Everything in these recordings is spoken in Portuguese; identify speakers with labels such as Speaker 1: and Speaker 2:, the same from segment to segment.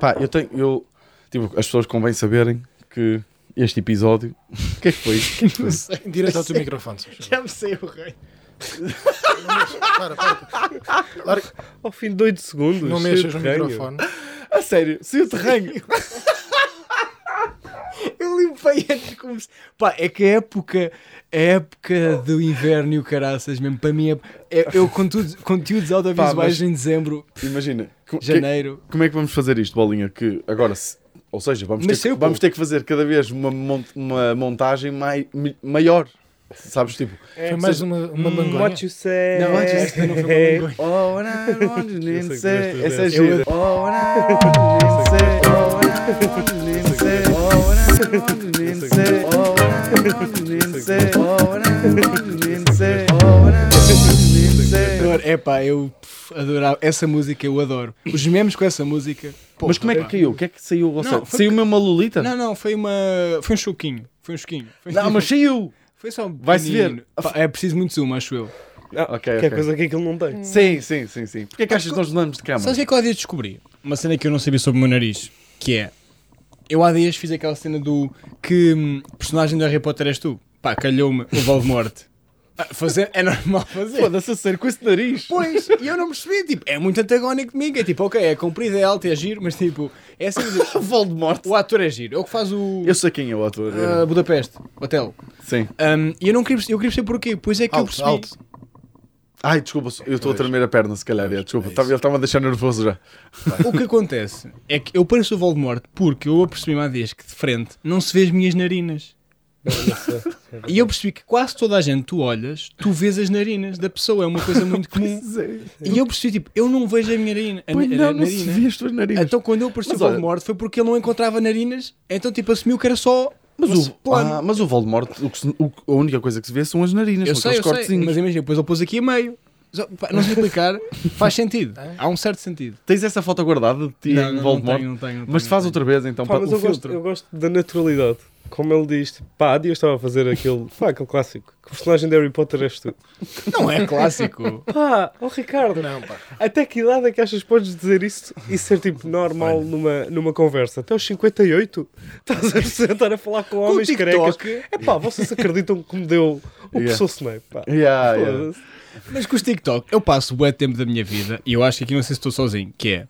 Speaker 1: Pá, eu tenho. Eu, tipo, as pessoas convém saberem que este episódio. O que é que foi? O que é que foi?
Speaker 2: Em direto ao teu microfone. se faz favor.
Speaker 3: Já me sei o rei.
Speaker 2: Para, para. Larga-
Speaker 3: Ao fim de 8 segundos.
Speaker 2: Não
Speaker 3: cheio
Speaker 2: mexas
Speaker 3: de
Speaker 2: no
Speaker 3: ranho.
Speaker 2: microfone.
Speaker 1: A sério, se eu te ranho.
Speaker 3: Eu limpei antes de começar. Pá, é que a época, a época do inverno e o caraças, mesmo para mim, é, é- eu conteúdos, conteúdos audiovisuais
Speaker 1: Pá, mas-
Speaker 3: em dezembro,
Speaker 1: Imagina. co- que-
Speaker 3: janeiro.
Speaker 1: como é que vamos fazer isto, bolinha? Que agora. se- ou seja, vamos ter,
Speaker 3: Mas
Speaker 1: que,
Speaker 3: eu-
Speaker 1: vamos ter que fazer cada vez uma, mon- uma montagem mai, mi- maior. Sabes? Tipo.
Speaker 2: Foi mais uma, uma
Speaker 1: Hum,
Speaker 2: mangonha.
Speaker 4: What you say?
Speaker 1: Não, what you
Speaker 2: Não foi uma mangonha.
Speaker 1: Oh, não, não, nem
Speaker 4: Eu sei que
Speaker 1: sei.
Speaker 4: gostas
Speaker 1: Essa é
Speaker 4: dessa.
Speaker 1: gira. Oh, não, nem sei. Oh, não, nem sei. Oh, não, nem sei. Oh, não, nem sei. Oh, não, nem sei.
Speaker 3: É pá, eu pff, adorava. Essa música eu adoro. Os memes com essa música. pô,
Speaker 1: Mas como é que
Speaker 3: pá.
Speaker 1: caiu? O que é que saiu? Ou
Speaker 3: Não,
Speaker 1: seja,
Speaker 3: foi
Speaker 1: saiu mesmo uma Lolita?
Speaker 3: Não, não, foi uma. Foi um choquinho. Foi um choquinho. Foi,
Speaker 1: Não, mas saiu!
Speaker 3: foi só um
Speaker 1: vai-se
Speaker 3: pequenino.
Speaker 1: ver.
Speaker 3: Pá, é preciso muito zoom, acho eu.
Speaker 1: Ok,
Speaker 4: Que é
Speaker 1: ok.
Speaker 4: coisa que aquilo não tem.
Speaker 1: Sim, sim, sim, sim. Porquê é que achas que nós mudamos de
Speaker 3: Ah, Sabes o
Speaker 1: câmara?
Speaker 3: que é que eu há dias descobri? Uma cena que eu não sabia sobre o meu nariz, que é. Eu há dias fiz aquela cena do que hum, personagem do Harry Potter és tu. Pá, calhou-me o Voldemort. Ah, fazer, é normal fazer.
Speaker 1: Foda-se a sério, com esse nariz.
Speaker 3: Pois, e eu não percebi, tipo, é muito antagónico de mim, que é tipo, ok, é comprido, é alto, é giro, mas tipo, é assim, de-
Speaker 1: Voldemort.
Speaker 3: o ator é giro, é o que faz o
Speaker 1: Eu sei quem é o ator.
Speaker 3: ah, Budapeste, hotel.
Speaker 1: Sim.
Speaker 3: Hum, E eu não queria, perce- eu queria perceber porquê, pois é que eu
Speaker 2: Alto,
Speaker 3: percebi.
Speaker 2: alto.
Speaker 1: Ai, desculpa, eu estou a tremer a perna, se calhar. é, Desculpa,
Speaker 2: é isso.
Speaker 1: Tava- ele estava a deixar nervoso já.
Speaker 3: O que acontece é que eu pareço o Voldemort porque eu apercebi-me há dias que de frente não se vê as minhas narinas.
Speaker 1: é
Speaker 3: e eu percebi que quase toda a gente, tu olhas, tu vês as narinas da pessoa, é uma coisa muito comum.
Speaker 1: é.
Speaker 3: e eu percebi, tipo, eu não vejo a minha narina. A,
Speaker 1: Pois
Speaker 3: na-
Speaker 1: não,
Speaker 3: a
Speaker 1: não se
Speaker 3: narina.
Speaker 1: vê as tuas narinas.
Speaker 3: Então quando eu percebi
Speaker 1: Mas
Speaker 3: o
Speaker 1: olha-
Speaker 3: Voldemort foi porque ele não encontrava narinas, então tipo assumiu que era só
Speaker 1: Mas
Speaker 3: um
Speaker 1: o,
Speaker 3: plano.
Speaker 1: ah, mas o Voldemort, o que se- o que- a única coisa que se vê são as narinas,
Speaker 3: eu
Speaker 1: são
Speaker 3: sei, eu
Speaker 1: aqueles
Speaker 3: sei,
Speaker 1: cortezinhos.
Speaker 3: mas imagina, depois ele pôs aqui a meio. Só- pá, Não sei explicar, faz sentido. Há um certo sentido.
Speaker 1: Tens essa foto guardada de ti
Speaker 3: Não,
Speaker 1: em
Speaker 3: não, não
Speaker 1: Voldemort?
Speaker 3: tenho, não tenho, não
Speaker 1: mas
Speaker 3: tenho,
Speaker 1: faz
Speaker 3: não
Speaker 1: outra vez então
Speaker 4: Pá,
Speaker 1: para
Speaker 4: mas
Speaker 1: o
Speaker 4: eu gosto,
Speaker 1: filtro.
Speaker 4: eu gosto da naturalidade. Como ele diz, tipo, pá, há dias estava a fazer aquele, pá, aquele clássico. Que personagem de Harry Potter és tu?
Speaker 3: Não é clássico.
Speaker 4: Pá, ó Ricardo,
Speaker 2: Não, pá.
Speaker 4: até que idade é que achas que podes dizer isso e ser tipo normal numa, numa conversa? Até aos 58? Estás a sentar a falar com homens carecas? É pá, vocês acreditam que me deu o
Speaker 1: Yeah.
Speaker 4: professor Snape? Pá.
Speaker 1: Yeah, yeah.
Speaker 4: Foda-se.
Speaker 3: Mas com os TikTok, eu passo bué tempo da minha vida, e eu acho que aqui não sei se estou sozinho, que é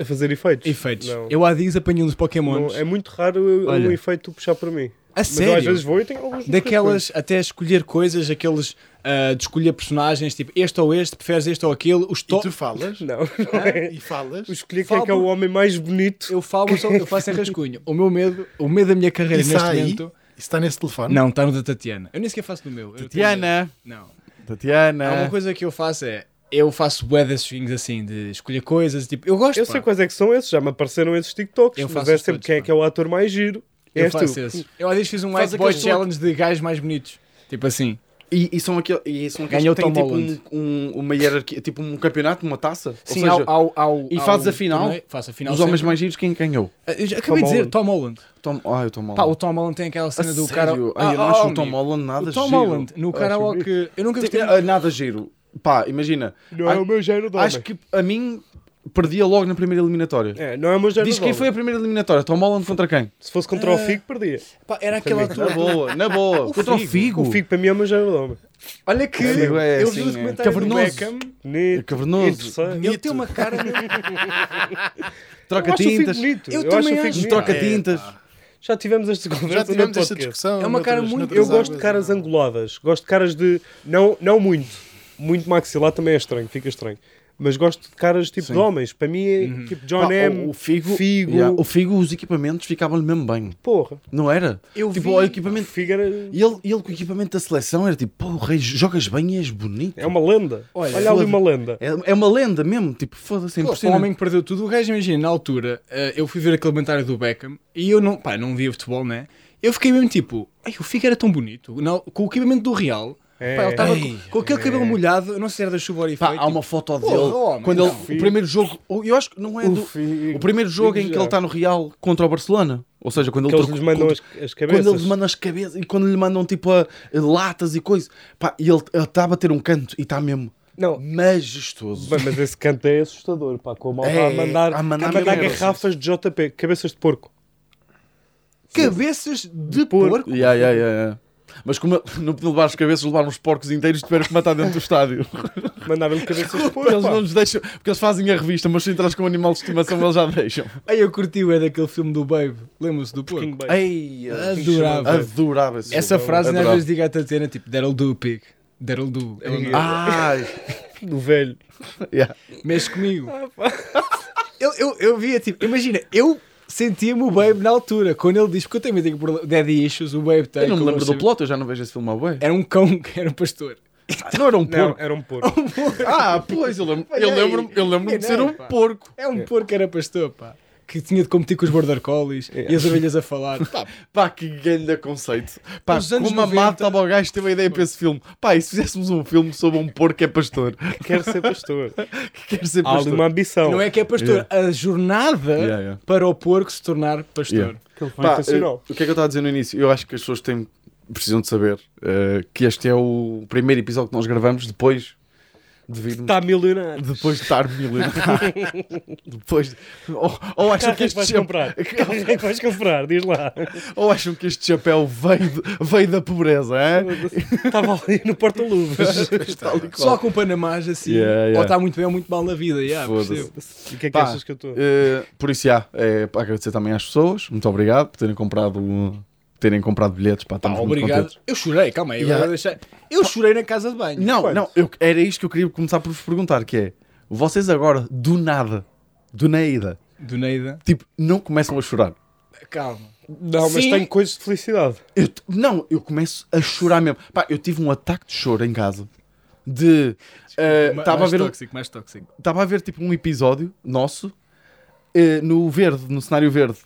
Speaker 4: A fazer efeitos?
Speaker 3: efeitos.
Speaker 4: Não.
Speaker 3: Eu há dias apanhei uns
Speaker 4: Não,
Speaker 3: Pokémons.
Speaker 4: é muito raro eu-
Speaker 3: Olha.
Speaker 4: um efeito puxar para mim.
Speaker 3: A
Speaker 4: Mas eu às
Speaker 3: sério?
Speaker 4: vezes vou e tenho alguns.
Speaker 3: Daquelas até escolher coisas, aqueles ah, de escolher personagens, tipo este ou este, preferes este ou aquele, os
Speaker 2: E
Speaker 3: top.
Speaker 2: tu falas?
Speaker 4: Não, não é.
Speaker 2: E falas?
Speaker 4: Eu escolhi quem
Speaker 3: Fala
Speaker 4: é que é o
Speaker 3: por-
Speaker 4: homem mais bonito.
Speaker 3: Eu falo, só eu faço em rascunho. O meu medo, o medo da minha
Speaker 4: É,
Speaker 3: carreira
Speaker 2: Isso tá
Speaker 3: neste
Speaker 2: aí?
Speaker 3: momento.
Speaker 2: Isso está nesse telefone?
Speaker 3: Não, está no da Tatiana. Eu nem sequer faço do meu. eu tenho medo.
Speaker 1: Tatiana,
Speaker 3: Não. Há uma
Speaker 1: Tatiana.
Speaker 3: coisa que eu faço é. Eu faço bué desses swings assim, de escolher coisas, tipo, eu gosto.
Speaker 4: Eu
Speaker 3: pá.
Speaker 4: sei quais é que são esses, já me apareceram esses TikToks.
Speaker 3: Eu
Speaker 4: mas
Speaker 3: faço
Speaker 4: é
Speaker 3: os
Speaker 4: sempre
Speaker 3: todos,
Speaker 4: quem é
Speaker 3: pá.
Speaker 4: que é o ator mais giro.
Speaker 3: Eu
Speaker 4: És tu.
Speaker 3: faço esses. Eu há dias fiz um
Speaker 1: Faz
Speaker 3: White Boy
Speaker 1: aqueles todos.
Speaker 3: Challenge de gajos mais bonitos. Tipo assim.
Speaker 1: E, e são aquele, e são aqueles
Speaker 3: Ganhou
Speaker 1: que têm
Speaker 3: Tom
Speaker 1: tipo,
Speaker 3: Holland.
Speaker 1: um, um- uma hierarquia, tipo um campeonato, uma taça.
Speaker 3: Sim,
Speaker 1: Ou seja,
Speaker 3: ao, ao, ao-
Speaker 1: e
Speaker 3: ao
Speaker 1: fazes a final?
Speaker 3: torneio, Faço a final.
Speaker 1: os homens
Speaker 3: sempre.
Speaker 1: mais giros, quem ganhou?
Speaker 3: Ah, eu já
Speaker 4: Tom
Speaker 3: acabei de dizer,
Speaker 4: Holland.
Speaker 3: Tom Holland.
Speaker 1: Tom... Ah, eu Tom Holland.
Speaker 3: Pá, o Tom Holland tem aquela
Speaker 1: A
Speaker 3: cena do cara.
Speaker 1: sério?
Speaker 3: Ah,
Speaker 1: Ai, eu não
Speaker 3: ah,
Speaker 1: acho o
Speaker 3: amigo.
Speaker 1: Tom Holland nada
Speaker 3: O Tom
Speaker 1: giro.
Speaker 3: Holland, no
Speaker 1: Acho
Speaker 3: karaoke. Eu nunca um-
Speaker 1: que-
Speaker 3: gostei.
Speaker 1: Tem- ah, Nada giro. Pá, imagina.
Speaker 4: Não é
Speaker 1: Ai,
Speaker 4: o meu género de homem.
Speaker 1: Acho que a mim perdia logo na primeira eliminatória.
Speaker 4: É, não é o meu género
Speaker 1: Diz
Speaker 4: de
Speaker 1: quem
Speaker 4: homem.
Speaker 1: foi a Eh, primeira eliminatória. Tom Holland contra quem?
Speaker 4: Se fosse contra o Figo, perdia.
Speaker 3: Pá, era aquela
Speaker 1: Na
Speaker 3: altura.
Speaker 1: boa, na boa. contra o Figo.
Speaker 4: O Figo para mim é o meu género de homem.
Speaker 3: Olha que.
Speaker 1: Sim, é,
Speaker 3: eu vi
Speaker 1: sim,
Speaker 3: os
Speaker 1: é.
Speaker 3: comentários do
Speaker 1: Cavernoso. É
Speaker 3: Beckham.
Speaker 4: Bonito,
Speaker 1: Cavernoso.
Speaker 4: interessante.
Speaker 3: Ele tem uma cara. mesmo-
Speaker 4: Eu
Speaker 1: Troca
Speaker 4: acho o Figo
Speaker 1: tintas.
Speaker 4: bonito.
Speaker 3: Eu
Speaker 4: Eu acho o
Speaker 3: também
Speaker 4: Figo
Speaker 3: acho.
Speaker 4: bonito.
Speaker 1: Troca tintas.
Speaker 4: Já tivemos esta conversa
Speaker 2: Já tivemos
Speaker 4: no
Speaker 2: esta
Speaker 4: podcast.
Speaker 2: discussão.
Speaker 3: É uma cara
Speaker 2: noutras-
Speaker 3: muito-
Speaker 2: noutras
Speaker 4: Eu
Speaker 3: Mas há
Speaker 4: gosto de
Speaker 2: águas,
Speaker 4: caras
Speaker 2: não.
Speaker 4: anguladas. Gosto de caras de. Não, não muito. Muito maxilar também é estranho, fica estranho. Mas gosto de caras tipo
Speaker 1: Sim. Uhum.
Speaker 4: de homens. Para mim é tipo John
Speaker 1: Pá, o-
Speaker 4: M.
Speaker 1: o Figo,
Speaker 4: Figo.
Speaker 1: yeah, o Figo, os equipamentos ficavam-lhe mesmo bem.
Speaker 4: Porra.
Speaker 1: Não era?
Speaker 3: Eu
Speaker 1: tipo,
Speaker 3: vi-
Speaker 1: o
Speaker 4: O
Speaker 1: equipamento.
Speaker 4: Figo era-
Speaker 1: E ele, ele com o equipamento da seleção era tipo, porra, jogas bem e és bonito.
Speaker 3: um-
Speaker 4: É uma lenda.
Speaker 3: Olha,
Speaker 4: Olha, ali
Speaker 1: foda-
Speaker 4: uma lenda.
Speaker 1: É, é uma lenda mesmo, tipo, foda-se, é
Speaker 3: Pô, O
Speaker 1: impressionante.
Speaker 3: um homem que perdeu tudo. O gajo, imagina, na altura, eh, eu fui ver aquele comentário do Beckham e eu não, pá, não via futebol, né? Eu fiquei mesmo tipo, ai, o Figo era tão bonito. Não, com o equipamento do Real,
Speaker 4: É.
Speaker 3: pá, ele estava
Speaker 1: Ei.
Speaker 3: com, com aquele cabelo molhado, eu não sei se era da chuva ou era
Speaker 1: é. Pá,
Speaker 3: efeito,
Speaker 1: há uma
Speaker 3: tipo,
Speaker 1: foto dele.
Speaker 3: porra, homem,
Speaker 1: quando ele,
Speaker 3: não.
Speaker 1: o primeiro jogo, o- eu acho que não é
Speaker 4: O
Speaker 1: do.
Speaker 4: Figo.
Speaker 1: O primeiro jogo em que
Speaker 4: já.
Speaker 1: ele está no Real contra o Barcelona. Ou seja, quando
Speaker 4: Que
Speaker 1: ele
Speaker 4: eles
Speaker 1: trocou-
Speaker 4: lhes mandam
Speaker 1: quando-
Speaker 4: as, as cabeças.
Speaker 1: Quando eles mandam as tá cabeças e quando lhe mandam tipo a- a latas e coisa. Pá, e ele estava a ter um canto e está mesmo.
Speaker 4: Não,
Speaker 1: majestoso.
Speaker 4: bem, mas esse canto é assustador, pá, com a malta a
Speaker 2: É,
Speaker 4: mandar,
Speaker 2: a mandar
Speaker 4: a mandar
Speaker 2: mesmo.
Speaker 4: garrafas de JP, cabeças de porco.
Speaker 3: Cabeças de
Speaker 4: porco.
Speaker 3: porco.
Speaker 1: Yeah, yeah, yeah, yeah. Mas como eu- não podiam levar as cabeças, levaram os porcos inteiros, tiveram que matar dentro do estádio.
Speaker 4: Mandaram-lhe cabeças
Speaker 1: Porque
Speaker 4: de porco.
Speaker 1: eles
Speaker 4: pá.
Speaker 1: não nos deixam, porque eles fazem a revista, mas se entras com um animal de estimação, eles já deixam.
Speaker 3: Aí eu curti o é daquele filme do Babe. Lembram-se do porco?
Speaker 4: King Bay.
Speaker 1: Ei,
Speaker 3: Adorava.
Speaker 1: Adorava esse
Speaker 3: Essa
Speaker 1: filme.
Speaker 3: frase ainda às
Speaker 1: Adorava.
Speaker 3: vezes diga a Tatiana, tipo, that'll do, pig. That'll do. É o nome.
Speaker 1: Ai,
Speaker 4: do velho.
Speaker 1: yeah.
Speaker 3: mexe comigo.
Speaker 1: Ah,
Speaker 3: eu, eu, eu via, tipo, imagina, eu sentia-me o Babe na altura, quando ele diz, porque eu também tenho problema, daddy issues, o Babe tem.
Speaker 1: Eu não me
Speaker 3: como
Speaker 1: lembro do
Speaker 3: sei-
Speaker 1: plot, eu já não vejo esse filme ao bem.
Speaker 3: Era um cão que era um pastor.
Speaker 1: Não era um
Speaker 4: Não,
Speaker 1: porco.
Speaker 4: era um porco.
Speaker 1: Ah, pois, eu lembro- eu
Speaker 3: Olha aí.
Speaker 1: lembro-me eu lembro de
Speaker 3: Não,
Speaker 1: ser um
Speaker 3: pá.
Speaker 1: porco.
Speaker 3: É um porco que era pastor, pá. Que tinha de competir com os border collies e as ovelhas a falar. Pá,
Speaker 1: É. Pá, que grande conceito. Pá,
Speaker 3: Nos anos
Speaker 1: como
Speaker 3: 90.
Speaker 1: amado estava o gajo que teve a ideia para esse filme. Pá, e se fizéssemos um filme sobre um porco que é pastor?
Speaker 4: Quero ser pastor.
Speaker 1: Que quer ser
Speaker 4: Há ali
Speaker 1: pastor?
Speaker 4: uma ambição.
Speaker 3: não é que é pastor, a jornada
Speaker 1: Yeah, yeah.
Speaker 3: para o porco se tornar pastor.
Speaker 1: Yeah.
Speaker 4: que ele foi
Speaker 1: Pá,
Speaker 4: intencional.
Speaker 1: eh, o que é que eu estava a dizer no início? Eu acho que as pessoas têm, precisam de saber eh, que este é o primeiro episódio que nós gravamos depois de virmos.
Speaker 4: Está tá milionário.
Speaker 1: Depois de estar milionário. depois. de- Ou, ou acham
Speaker 4: Carro
Speaker 1: que
Speaker 4: é que
Speaker 1: este
Speaker 4: vais
Speaker 1: chapéu,
Speaker 4: comprar? Carro é que vais comprar? Diz lá.
Speaker 1: ou acham que este chapéu veio, de- veio da pobreza, é?
Speaker 4: Estava ali no porta-luvas.
Speaker 2: é?
Speaker 3: Só com Panamás assim,
Speaker 1: Yeah, yeah.
Speaker 3: ou está muito bem ou muito mal na vida. Yeah,
Speaker 1: Foda-se.
Speaker 3: percebo.
Speaker 4: E o que é que
Speaker 1: Pá,
Speaker 4: achas que eu estou?
Speaker 1: Eh, por isso, já, é, para agradecer também às pessoas, muito obrigado por terem comprado, terem comprado bilhetes. Pá,
Speaker 3: Pá,
Speaker 1: estamos muito
Speaker 3: obrigado.
Speaker 1: contentes.
Speaker 3: Eu chorei, calma aí. eu
Speaker 1: Yeah.
Speaker 3: vou deixar- Eu chorei na casa de banho.
Speaker 1: Não, não, eu- era isto que eu queria começar por vos perguntar: que é, vocês agora, do nada, do Neida,
Speaker 3: Do Neida.
Speaker 1: tipo, não começam a chorar.
Speaker 3: Calma.
Speaker 4: Não, mas
Speaker 3: Sim.
Speaker 4: tenho coisas de felicidade.
Speaker 1: Eu t- não, eu começo a chorar mesmo. Pá, eu tive um ataque de choro em casa. De. eh,
Speaker 3: Ma-
Speaker 1: Estava a
Speaker 3: mais
Speaker 1: ver um-
Speaker 3: tóxico, mais tóxico.
Speaker 1: estava a ver tipo um episódio nosso eh, no verde, no cenário verde.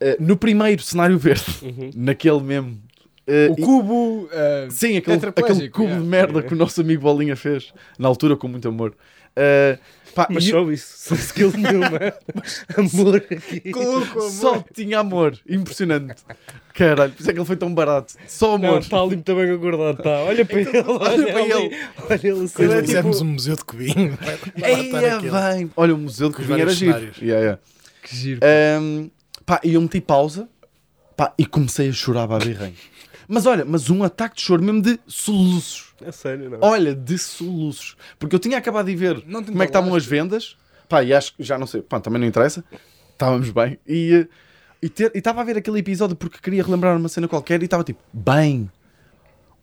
Speaker 1: Eh, no primeiro cenário verde, naquele mesmo. eh,
Speaker 3: Uhum. O
Speaker 1: e-
Speaker 3: cubo. ah,
Speaker 1: Sim, aquele,
Speaker 3: tetraplégico,
Speaker 1: aquele cubo
Speaker 3: yeah.
Speaker 1: de merda que o nosso amigo Bolinha fez, na altura, com muito amor. Eh, pá,
Speaker 4: Mas
Speaker 1: e
Speaker 4: só isso. Sem skill nenhuma. Amor aqui.
Speaker 1: eu-
Speaker 2: é.
Speaker 1: só tinha amor, impressionante. Caralho, por isso é que ele foi tão barato. Só
Speaker 4: Não,
Speaker 1: amor.
Speaker 4: está ali muito bem aguardado. Tá. Olha para ele. Olha
Speaker 1: para
Speaker 4: para
Speaker 1: ele.
Speaker 4: ele. Olha ele. assim,
Speaker 2: Quando
Speaker 4: tipo- é
Speaker 2: fizermos um museu de cubinho, vai
Speaker 1: Eia,
Speaker 3: tá
Speaker 2: matar aquilo.
Speaker 1: bem. Olha, o museu de
Speaker 2: Com os
Speaker 1: Coimbra era
Speaker 2: vários
Speaker 1: giro.
Speaker 2: cenários.
Speaker 1: Yeah, yeah.
Speaker 3: Que giro.
Speaker 1: Ahm, pá, e eu meti pausa pá, e comecei a chorar para birrem. Mas olha, mas um ataque de choro mesmo de soluços.
Speaker 4: É sério, não.
Speaker 1: Olha, de soluços. Porque eu tinha acabado de ver
Speaker 3: Não te
Speaker 1: como é que estavam as vendas. Pá, e acho que já não sei, pá, também não interessa. Estávamos bem. E eh, e ter- e estava a ver aquele episódio porque queria relembrar uma cena qualquer e estava tipo, bem,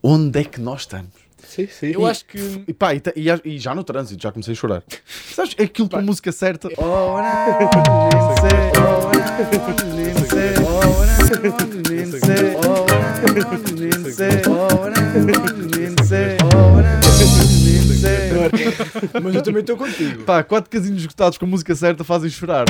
Speaker 1: onde é que nós estamos?
Speaker 4: Sim, sim.
Speaker 3: Eu acho que.
Speaker 1: E, pá, e, ta- e a- e já no trânsito, já comecei a chorar. Sabes, é aquilo com a música certa.
Speaker 3: Mas eu também estou contigo.
Speaker 1: Pá, quatro casinhos esgotados com a música certa fazem chorar.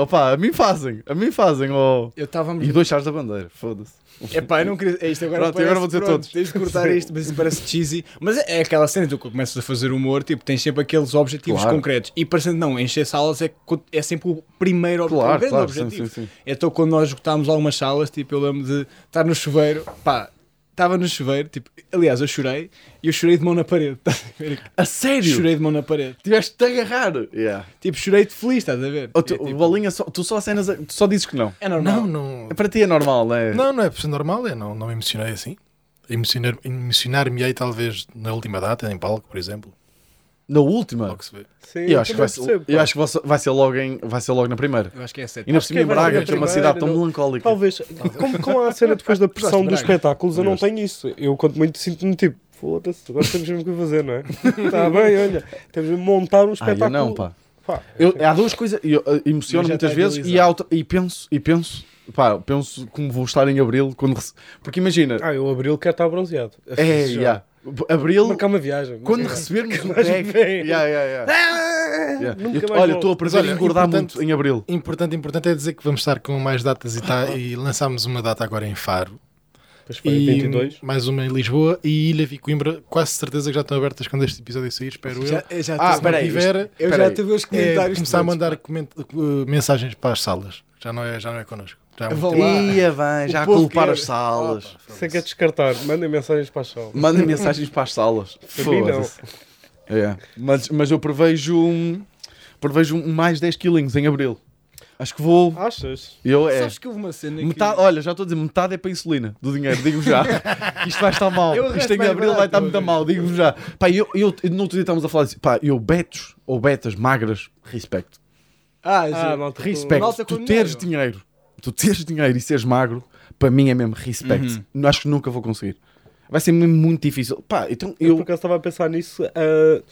Speaker 1: Opa, a mim fazem, a mim fazem. ó.
Speaker 3: Eu estava.
Speaker 1: E dois chás da bandeira, foda-se.
Speaker 3: É pá, eu não queria. É isto agora.
Speaker 1: Pronto, agora vou dizer
Speaker 3: pronto,
Speaker 1: todos.
Speaker 3: Tens de cortar isto, mas isso parece cheesy. Mas é, é aquela cena, tu começas a fazer humor, tipo, tens sempre aqueles objetivos
Speaker 1: Claro.
Speaker 3: concretos. E parecendo não, encher salas é, co- é sempre o primeiro ob-
Speaker 1: Claro,
Speaker 3: o um grande
Speaker 1: claro,
Speaker 3: objetivo.
Speaker 1: sim, sim, sim.
Speaker 3: Então quando nós esgotámos algumas salas, tipo, eu lembro de estar no chuveiro, pá. Estava no chuveiro, tipo, aliás, eu chorei e eu chorei de mão na parede. estás a ver?
Speaker 1: A sério?
Speaker 3: Chorei de mão na parede.
Speaker 1: Tiveste de agarrar. Yeah.
Speaker 3: Tipo, chorei de feliz, estás a ver?
Speaker 1: Ou tu,
Speaker 3: é, tipo,
Speaker 1: bolinha, só, tu só acenas, a- tu só dizes que não.
Speaker 3: é normal.
Speaker 2: Não, não.
Speaker 1: Para ti é normal, é?
Speaker 2: Não, não é por ser normal, é, não, não me emocionei assim. Emocionar- Emocionar-me-ei talvez na última data, em palco, por exemplo.
Speaker 1: Na última.
Speaker 2: Logo se vê.
Speaker 4: Sim,
Speaker 1: Eu acho que vai
Speaker 4: também
Speaker 1: ser,
Speaker 4: percebo,
Speaker 1: eu
Speaker 4: pá.
Speaker 1: acho que vai ser- vai ser logo, em, vai ser logo na primeira.
Speaker 3: Eu acho que é certo.
Speaker 1: E na cima em
Speaker 4: vai ser
Speaker 1: Braga,
Speaker 4: na
Speaker 1: que é uma
Speaker 4: primeira,
Speaker 1: cidade tão
Speaker 4: não-
Speaker 1: melancólica.
Speaker 4: Talvez. Como, como há a cena depois da pressão
Speaker 3: de
Speaker 4: dos
Speaker 3: Braga?
Speaker 4: espetáculos, eu não tenho isso. Eu quanto muito sinto-me tipo, foda-se, agora temos mesmo o que fazer, não é? Está bem, olha. Temos mesmo de montar um
Speaker 1: Ah,
Speaker 4: espetáculo.
Speaker 1: eu não, pá.
Speaker 4: Pá,
Speaker 1: Eu, há duas coisas, eu eh, emociono
Speaker 3: Já
Speaker 1: muitas
Speaker 3: está
Speaker 1: vezes e,
Speaker 3: idealizado.
Speaker 1: há outra- e penso, e penso, pá, penso como vou estar em abril quando rece- Porque imagina,
Speaker 4: Ah, eu abril quero estar bronzeado. Assim,
Speaker 1: é,
Speaker 4: Já.
Speaker 1: yeah, abril,
Speaker 4: Marcar uma viagem.
Speaker 1: quando
Speaker 4: Mas-
Speaker 1: recebermos o
Speaker 4: mais
Speaker 1: deck,
Speaker 4: bem.
Speaker 1: yeah, yeah, yeah. Yeah.
Speaker 4: nunca
Speaker 1: Eu-
Speaker 4: mais
Speaker 1: olha,
Speaker 4: volto.
Speaker 1: estou a
Speaker 2: Mas
Speaker 1: prever
Speaker 2: olha,
Speaker 1: engordar
Speaker 2: importante-
Speaker 1: muito em abril.
Speaker 2: Importante, importante é dizer que vamos estar com mais datas e, tá, e lançámos uma data agora em Faro.
Speaker 4: Depois é foi
Speaker 2: E
Speaker 4: 22.
Speaker 2: mais uma em Lisboa e Ilha e Coimbra, quase certeza que já estão abertas quando este episódio sair, espero eu.
Speaker 3: Já, eu já
Speaker 1: Ah,
Speaker 3: ah,
Speaker 2: Se não
Speaker 1: espera aí,
Speaker 2: tiver,
Speaker 3: eu
Speaker 1: Espera
Speaker 3: já
Speaker 1: aí.
Speaker 3: tive os
Speaker 2: é
Speaker 3: comentários.
Speaker 2: começar a uh,
Speaker 3: todos.
Speaker 2: mandar coment- eh, mensagens para as salas. Já não é, já não é connosco. Já há muito
Speaker 3: Vou
Speaker 2: tempo.
Speaker 3: lá.
Speaker 1: Ia bem, já a
Speaker 3: povo
Speaker 1: culpar
Speaker 3: quer.
Speaker 1: as salas.
Speaker 4: Sem quer descartar, mandem mensagens para a sala.
Speaker 1: Mandem mensagens para as salas.
Speaker 4: Para mim, não.
Speaker 1: Foda-se. É. Mas, mas eu prevejo um, prevejo um mais 10 quilinhos em abril. Acho que vou.
Speaker 4: Achas?
Speaker 1: Eu é.
Speaker 3: Sabes que houve uma cena que...
Speaker 1: Metade, olha, já estou a dizer, metade é para a insulina do dinheiro, digo-vos já. Isto vai estar mal.
Speaker 3: Eu arranjo
Speaker 1: Isto em
Speaker 3: mais
Speaker 1: abril
Speaker 3: barato,
Speaker 1: vai estar muito
Speaker 3: meu
Speaker 1: mal, digo-vos já. Pá, eu, eu no outro dia estávamos a falar assim, pá, eu betos ou betas magras, respeito.
Speaker 3: Ah,
Speaker 4: Ah,
Speaker 3: gente.
Speaker 4: malta, tô-
Speaker 1: Respeito.
Speaker 3: Malta com
Speaker 1: Tu teres dinheiro, tu teres dinheiro e seres magro, para mim é mesmo respeito. Acho que nunca vou conseguir. Vai ser mesmo muito difícil. Pá, então
Speaker 4: Eu,
Speaker 1: eu.
Speaker 4: por acaso estava a pensar nisso. ah,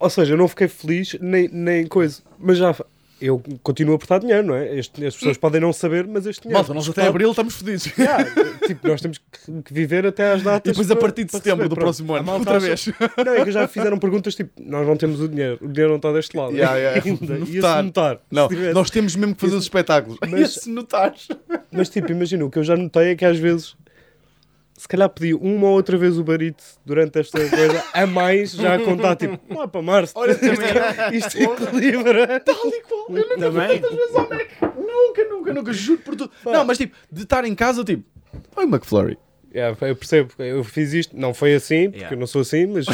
Speaker 4: Ou seja, eu não fiquei feliz nem, nem coisa. Mas já. Eu continuo a apertar dinheiro, não é? Este, as pessoas podem não saber, mas este dinheiro.
Speaker 1: Malta, nós até abril estamos fodidos. E
Speaker 4: Yeah, tipo, nós temos que que viver até às datas.
Speaker 1: depois a
Speaker 4: para-
Speaker 1: partir de
Speaker 4: para
Speaker 1: setembro
Speaker 4: receber,
Speaker 1: do
Speaker 4: pronto.
Speaker 1: próximo ano,
Speaker 4: malta
Speaker 1: outra
Speaker 4: acha-
Speaker 1: vez.
Speaker 4: Não, é que já fizeram perguntas tipo: nós não temos o dinheiro, o dinheiro não está deste lado.
Speaker 1: Yeah, yeah.
Speaker 4: Ainda, ia-se
Speaker 1: Notar.
Speaker 4: notar.
Speaker 1: Não,
Speaker 4: se tivesse.
Speaker 1: nós temos mesmo que fazer os espetáculos.
Speaker 4: Mas-
Speaker 1: E se notares.
Speaker 4: Mas tipo, imagina, o que eu já notei é que às vezes. Se calhar pedi uma ou outra vez o barito durante esta coisa, a mais já a contar, tipo, não é para março,
Speaker 3: Olha, também-
Speaker 4: isto é equilibra.
Speaker 1: Tal e qual. Eu nunca
Speaker 3: Também.
Speaker 1: fui tantas vezes ao Mac. Nunca, nunca, nunca. Juro por tudo. Não, mas tipo, de estar em casa, tipo, vai McFlurry.
Speaker 4: Yeah, eu percebo, eu fiz isto, não foi assim, porque
Speaker 3: Yeah.
Speaker 4: eu não sou assim, mas,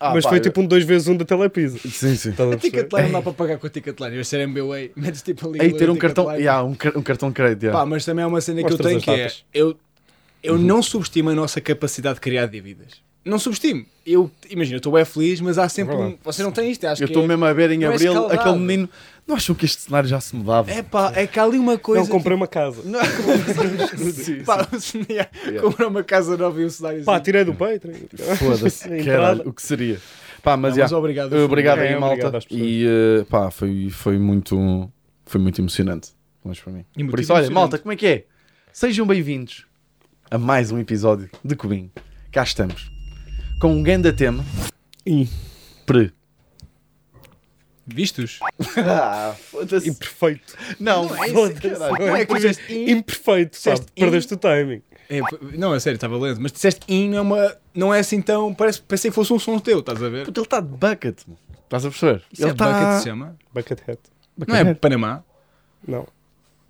Speaker 1: Ah,
Speaker 4: mas
Speaker 1: pá,
Speaker 4: foi
Speaker 1: eu-
Speaker 4: tipo um 2 vezes 1 da Telepisa.
Speaker 1: Sim, sim.
Speaker 4: Estás a
Speaker 3: A
Speaker 4: perceber?
Speaker 3: Ticketline não dá para pagar com a Ticketline. Eu ser MBWay, metes tipo ali...
Speaker 1: Aí ter um
Speaker 3: Ticketline.
Speaker 1: cartão, yeah, um, car- um cartão de crédito.
Speaker 3: Pá,
Speaker 1: Yeah.
Speaker 3: mas também é uma cena que eu
Speaker 4: Mostras
Speaker 3: tenho
Speaker 4: as
Speaker 3: que é...
Speaker 4: datas.
Speaker 3: Eu, eu
Speaker 1: Uhum.
Speaker 3: não subestimo a nossa capacidade de criar dívidas. Não subestimo. Eu, imagina, eu estou bem feliz, mas há sempre um...
Speaker 4: Verdade.
Speaker 3: Você não tem isto,
Speaker 1: É
Speaker 3: acho
Speaker 1: eu
Speaker 3: que
Speaker 1: estou
Speaker 3: é...
Speaker 1: mesmo a ver em
Speaker 3: não é
Speaker 1: abril
Speaker 3: escaldado.
Speaker 1: aquele menino. Não achou que este cenário já se mudava?
Speaker 3: É pá, é que há ali uma coisa...
Speaker 4: Não comprei uma casa.
Speaker 3: Não,
Speaker 1: um
Speaker 3: pá, se não ia comprar uma casa nova e um cenário
Speaker 4: Pá,
Speaker 3: assim.
Speaker 1: tipo,
Speaker 4: tirei do peito.
Speaker 1: Foda-se.
Speaker 4: Na entrada.
Speaker 1: Caralho, o que seria? Pá, É. mas,
Speaker 3: Não, mas
Speaker 1: yeah,
Speaker 3: obrigado.
Speaker 1: Obrigado aí,
Speaker 4: É, obrigado
Speaker 1: malta.
Speaker 4: às pessoas.
Speaker 1: E eh, pá, foi, foi muito foi muito emocionante. Mas para mim.
Speaker 3: Emotivo
Speaker 1: Por isso, olha,
Speaker 3: emocionante.
Speaker 1: malta, como é que é? Sejam bem-vindos a mais um episódio de Cubinho. Cá estamos. Com um grande tema.
Speaker 4: E-
Speaker 1: Pre.
Speaker 3: Vistos?
Speaker 1: Ah, foda-se.
Speaker 4: Imperfeito.
Speaker 1: Não,
Speaker 4: Foda-se.
Speaker 3: Não é que disseste in-
Speaker 4: Imperfeito, sabe?
Speaker 3: Disseste in-
Speaker 4: Perdeste o timing.
Speaker 3: É, p- não, é sério, estava lento. Mas disseste in é uma. Não é assim tão. Parece, pensei que fosse um som teu, estás a ver?
Speaker 1: Puta, ele está de bucket. meu. Estás a perceber?
Speaker 3: Isso é
Speaker 1: tá-
Speaker 3: Bucket se chama?
Speaker 4: Buckethead.
Speaker 3: Não é Panamá?
Speaker 4: Não.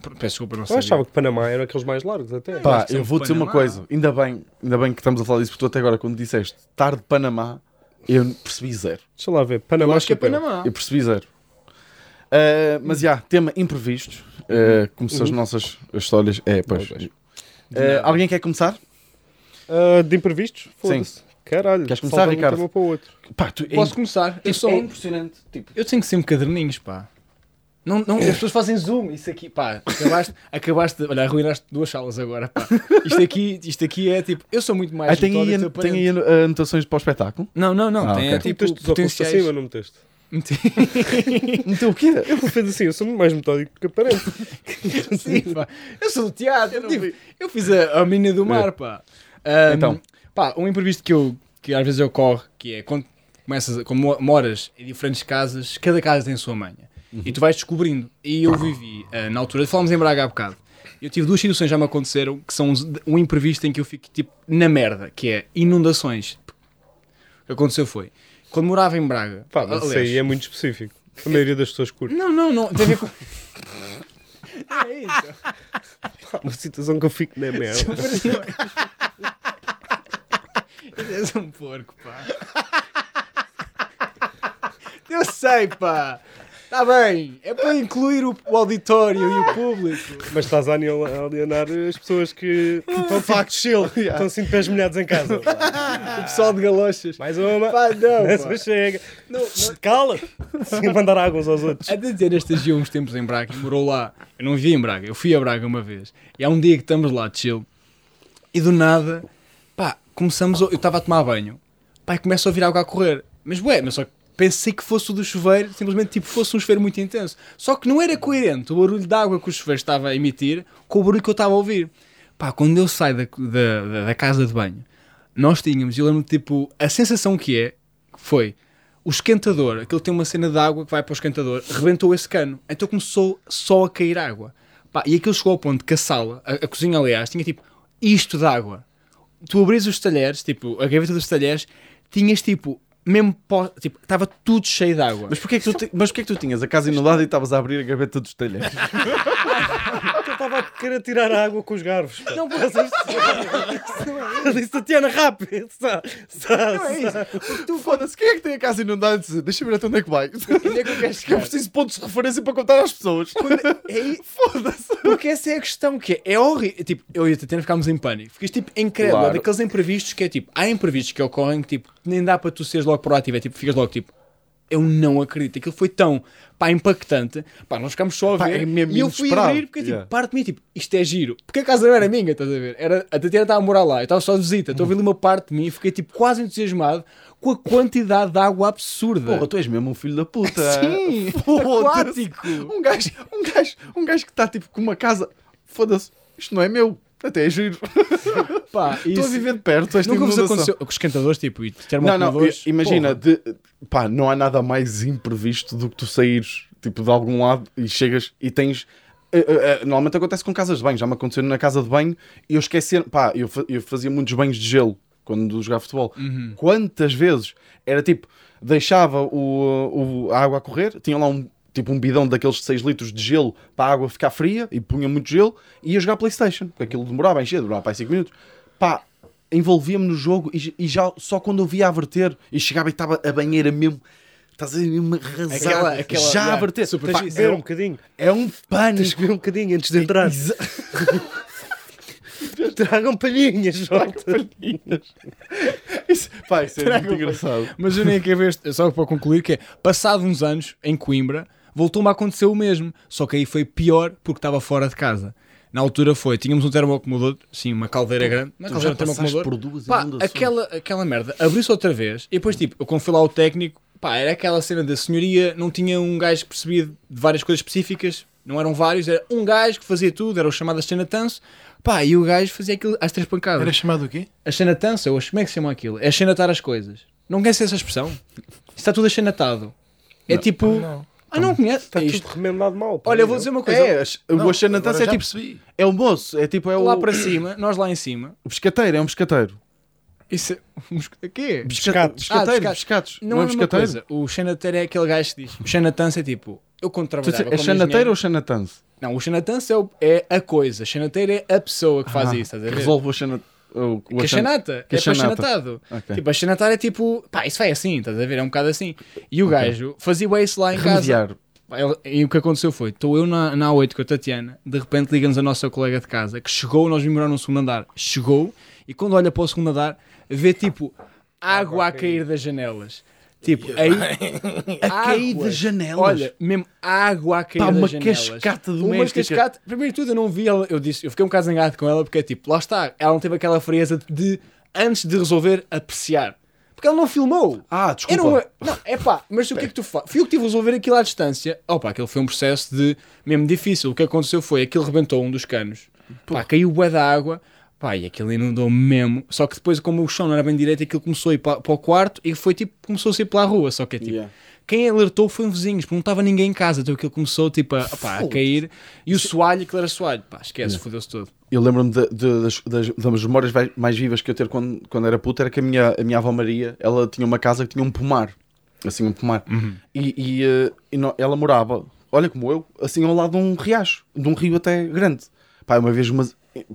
Speaker 3: P- Peço desculpa, não sei.
Speaker 4: Eu achava que Panamá eram aqueles mais largos até.
Speaker 1: Pá,
Speaker 3: acho que
Speaker 1: eu
Speaker 3: são de
Speaker 1: vou dizer uma
Speaker 3: Panamá.
Speaker 1: coisa. Ainda bem, ainda bem que estamos a falar disso, porque tu até agora, quando disseste tarde Panamá, eu percebi zero.
Speaker 4: Deixa lá ver. Panamá
Speaker 3: acho que é
Speaker 4: chapéu.
Speaker 3: Panamá.
Speaker 1: Eu percebi zero. Ah, mas já, tema imprevisto. Ah, começou as nossas histórias. É, pois. Ah, alguém quer começar?
Speaker 4: Ah, de imprevistos? Foda-se. Caralho.
Speaker 1: Queres começar,
Speaker 4: saltar de
Speaker 1: Ricardo?
Speaker 4: Um tema para o outro.
Speaker 1: Pá, tu, é
Speaker 3: Posso começar? Eu, sou...
Speaker 1: impressionante. Tipo,
Speaker 3: eu tenho sempre caderninhos, pá. Não, não, as pessoas fazem zoom, isso aqui, pá, acabaste, acabaste de, olha, arruinaste duas salas agora, pá. Isto aqui, isto aqui é tipo, eu sou muito mais
Speaker 1: Ah, tem, aí,
Speaker 3: metódico
Speaker 1: an-
Speaker 3: do que
Speaker 1: tem aí
Speaker 3: aparento.
Speaker 1: an- ah, anotações para o espetáculo?
Speaker 3: Não, não, não,
Speaker 1: Ah,
Speaker 3: tem
Speaker 1: ok.
Speaker 3: é,
Speaker 4: Tu
Speaker 3: tipo
Speaker 4: meteste os óculos para
Speaker 3: potenciais.
Speaker 4: cima ou não meteste?
Speaker 1: Então o quê?
Speaker 4: Eu vou fazer assim, eu sou mais metódico que aparente.
Speaker 3: Sim, pá. Eu sou do teatro. Eu, tive- eu fiz a, a menina do mar, pá. Ahm,
Speaker 1: Então.
Speaker 3: Pá, um imprevisto que, eu, que às vezes ocorre, que é quando começas, a- quando mo- moras em diferentes casas, cada casa tem a sua manha. E tu vais descobrindo. E eu vivi, ah, na altura, falámos em Braga há bocado. Eu tive duas situações que já me aconteceram, que são uns- um imprevisto em que eu fico, tipo, na merda, que é inundações. O que aconteceu foi, quando morava em Braga...
Speaker 4: Pá, mas isso
Speaker 3: aliás,
Speaker 4: aí é muito específico. A maioria das pessoas curte.
Speaker 3: Não, não, não, tem a ver com... Não é isso.
Speaker 4: Uma situação que eu fico na
Speaker 3: é
Speaker 4: merda.
Speaker 3: És um porco, pá. Eu sei, pá. Está bem. É para incluir o, o auditório e o público. Ah,
Speaker 4: Mas estás a anil- a alienar as pessoas que que estão facto chill. Estão assim de pés molhados em casa.
Speaker 3: O pessoal de galochas.
Speaker 4: Mais uma.
Speaker 3: Pá, não,
Speaker 4: Essa
Speaker 3: pá.
Speaker 4: chega. Cala! Sem mandar águas aos outros.
Speaker 3: A dizer, estagiou uns tempos em Braga e morou lá. Eu não vivia em Braga, eu fui a Braga uma vez. E há um dia que estamos lá, chill, e do nada, pá, começamos. a- Eu estava a tomar banho, pá, e começo a ouvir água a correr. Mas ué, mas só que pensei que fosse o do chuveiro, simplesmente tipo fosse um chuveiro muito intenso. Só que não era coerente o barulho de água que o chuveiro estava a emitir com o barulho que eu estava a ouvir. Pá, quando eu saio da, da, da- da casa de banho, nós tínhamos, eu lembro tipo, a sensação que é, foi. O esquentador, aquele tem uma cena de água que vai para o esquentador, rebentou esse cano. Então começou só a cair água. Pá, e aquilo chegou ao ponto que a sala, a, a cozinha aliás, tinha tipo isto de água. Tu abris os talheres, tipo, a gaveta dos talheres, tinhas tipo, mesmo pó, tipo, estava tudo cheio de água.
Speaker 1: Mas porquê, é que tu ti- mas porquê é que tu tinhas a casa inundada e estavas a abrir a gaveta dos talheres?
Speaker 4: eu Então estava a querer tirar a água com os garfos. Pá. Não, mas... Ele disse, Tatiana, rápido. Sá, sá,
Speaker 1: Não é
Speaker 4: sá.
Speaker 1: isso. Tu foda-se, quem é que tem a casa inundada? e diz, Deixa-me ver até onde é que vai.
Speaker 3: Onde é que eu quero
Speaker 1: Que eu
Speaker 3: chegar?
Speaker 1: preciso de pontos de referência para contar às pessoas.
Speaker 3: É i-
Speaker 1: Foda-se.
Speaker 3: Porque essa é a questão que é, é horrível. Tipo, eu e a Tatiana ficámos em pânico. Ficas tipo incrédula
Speaker 1: Claro.
Speaker 3: daqueles imprevistos que é tipo, há imprevistos que ocorrem que tipo, nem dá para tu seres logo proativo. É tipo, ficas logo tipo, eu não acredito. Aquilo foi tão pá, impactante. Pá, nós ficámos só a ver.
Speaker 1: Pá, é mesmo
Speaker 3: e eu fui
Speaker 1: inesperado.
Speaker 3: abrir porque tipo,
Speaker 1: Yeah.
Speaker 3: parte de mim, tipo, isto é giro. Porque a casa não era minha, estás a ver? Era, a Tatiana estava a morar lá, eu estava só de visita. Estou a ver ali uma parte de mim e fiquei tipo quase entusiasmado com a quantidade de água absurda.
Speaker 1: Porra, tu és mesmo um filho da puta.
Speaker 3: Sim,
Speaker 1: Foda-se.
Speaker 3: aquático.
Speaker 1: Um gajo, um gajo, um gajo que está tipo com uma casa. Foda-se, isto não é meu. Até é giro.
Speaker 3: Pá,
Speaker 1: Estou a
Speaker 3: isso-
Speaker 1: viver de perto. tipo Esta
Speaker 3: Nunca vos
Speaker 1: inundação.
Speaker 3: aconteceu com esquentadores tipo e
Speaker 1: Não, não,
Speaker 3: termoacumuladores?
Speaker 1: i- imagina,
Speaker 3: Porra.
Speaker 1: de, pá, não há nada mais imprevisto do que tu saíres tipo, de algum lado e chegas e tens. eh, eh, eh, normalmente acontece com casas de banho, já me aconteceu na casa de banho e eu esqueci, pá, eu, fa- eu fazia muitos banhos de gelo quando jogava futebol. Quantas vezes era tipo, deixava o, o- a água a correr, tinha lá um. Tipo um bidão daqueles de 6 litros de gelo para a água ficar fria e punha muito gelo e ia jogar Playstation, porque aquilo demorava a encher, demorava para 5 minutos. Pá, envolvia-me no jogo e, e já só quando eu via a verter e chegava e estava a banheira mesmo. Estás a ver mesmo arrasada,
Speaker 3: Aquela- aquela-
Speaker 1: já a
Speaker 3: yeah,
Speaker 1: verter.
Speaker 3: super
Speaker 1: Pá,
Speaker 4: Tens de
Speaker 1: é,
Speaker 4: beber um
Speaker 1: um-
Speaker 4: bocadinho.
Speaker 1: é um
Speaker 4: Tens de
Speaker 1: pânico.
Speaker 4: beber um bocadinho antes de entrar.
Speaker 1: Exa-
Speaker 4: Tragam palhinhas, volta.
Speaker 1: Isso, pá, isso é muito engraçado.
Speaker 3: Mas eu nem acabei este, só para concluir que é, passado uns anos em Coimbra, voltou-me a acontecer o mesmo, só que aí foi pior porque estava fora de casa. Na altura foi, tínhamos um termoacumulador, sim, uma caldeira grande, uma
Speaker 1: já
Speaker 3: caldeira de
Speaker 1: passaste
Speaker 3: termoacumulador.
Speaker 1: por duas
Speaker 3: Pá,
Speaker 1: inundações.
Speaker 3: aquela, aquela merda abriu-se outra vez e depois tipo, eu quando fui lá ao técnico, pá, era aquela cena da senhoria, não tinha um gajo que percebia de várias coisas específicas, não eram vários, era um gajo que fazia tudo, era o chamado Xenatanso, pá, e o gajo fazia aquilo às três pancadas.
Speaker 2: Era chamado o quê?
Speaker 3: A xenatança, ou a- como é que se chama aquilo? É xenatar as coisas. Não conhece essa expressão? Está tudo axenatado. É tipo. Ah, não conhece?
Speaker 4: Então, Está
Speaker 3: É isto.
Speaker 4: tudo remendado mal. pá.
Speaker 3: Olha, eu vou dizer uma coisa.
Speaker 1: É, as- o Xanatans
Speaker 2: agora
Speaker 1: é
Speaker 2: já
Speaker 1: tipo.
Speaker 2: percebi.
Speaker 1: É o moço, é tipo. É o,
Speaker 3: Lá para cima, nós lá em cima.
Speaker 1: o pescateiro, é um pescateiro.
Speaker 3: Isso é. O quê?
Speaker 1: Pescateiro, pescateiro,
Speaker 3: pescado.
Speaker 1: pescados.
Speaker 3: Não, é uma coisa. O xenatar é aquele gajo que diz. O xenatança é tipo. Eu quando
Speaker 1: Tu
Speaker 3: trabalhava
Speaker 1: dizes, É
Speaker 3: como
Speaker 1: Xanateiro
Speaker 3: engenheiro-
Speaker 1: ou Xanatanse?
Speaker 3: Não, o xenatança é, o- é a coisa. Xenateiro é a pessoa que faz
Speaker 1: Ah,
Speaker 3: isso, estás a ver?
Speaker 1: Resolve o Xanat. o-
Speaker 3: Que
Speaker 1: o
Speaker 3: a
Speaker 1: Xana-
Speaker 3: xanata,
Speaker 1: que a
Speaker 3: é para
Speaker 1: xanata.
Speaker 3: xanatado.
Speaker 1: Ok.
Speaker 3: Tipo, a xanatar é tipo, pá, isso vai assim, estás a ver? É um bocado assim. E o gajo fazia isso lá em casa.
Speaker 1: Remediar.
Speaker 3: Pá, ele- E o que aconteceu foi: estou eu na, na A8 com a Tatiana, de repente liga-nos a nossa colega de casa que chegou, nós vimos morar no segundo andar. Chegou e quando olha para o segundo andar, vê tipo água a cair das janelas. Tipo, aí.
Speaker 1: A cair
Speaker 3: água.
Speaker 1: das janelas.
Speaker 3: Olha, mesmo água a cair
Speaker 1: Pá,
Speaker 3: das
Speaker 1: uma
Speaker 3: janelas.
Speaker 1: cascata
Speaker 3: Uma
Speaker 1: doméstica.
Speaker 3: cascata. Primeiro de tudo, eu não vi ela. Eu, disse, eu fiquei um bocado zangado com ela porque é tipo, lá está. Ela não teve aquela frieza de, antes de resolver, apreciar. Porque ela não filmou.
Speaker 1: Ah, desculpa.
Speaker 3: Era uma- Não, é pá, mas o que é que tu fazes? Fui eu que tive a resolver aquilo à distância. Opa, aquele foi um processo de mesmo difícil. O que aconteceu foi aquilo rebentou um dos canos, pá, caiu bué da água, pá, e aquilo inundou mesmo. Só que depois, como o chão não era bem direito, aquilo começou a ir para, para o quarto e foi tipo, começou a sair pela rua. Só que é tipo,
Speaker 1: Yeah.
Speaker 3: quem alertou foi um vizinho, porque não estava ninguém em casa. Então aquilo começou tipo a, pá, a cair e o soalho, aquilo era soalho, pá, esquece, fodeu-se todo.
Speaker 1: Eu lembro-me de- de- das, das- das memórias vai- mais vivas que eu ter quando, quando era puto era que a minha, a minha avó Maria ela tinha uma casa que tinha um pomar. Assim, um pomar. E, e, eh, e nó- ela morava, olha como eu, assim ao lado de um riacho, de um rio até grande. Pá, uma vez, uma,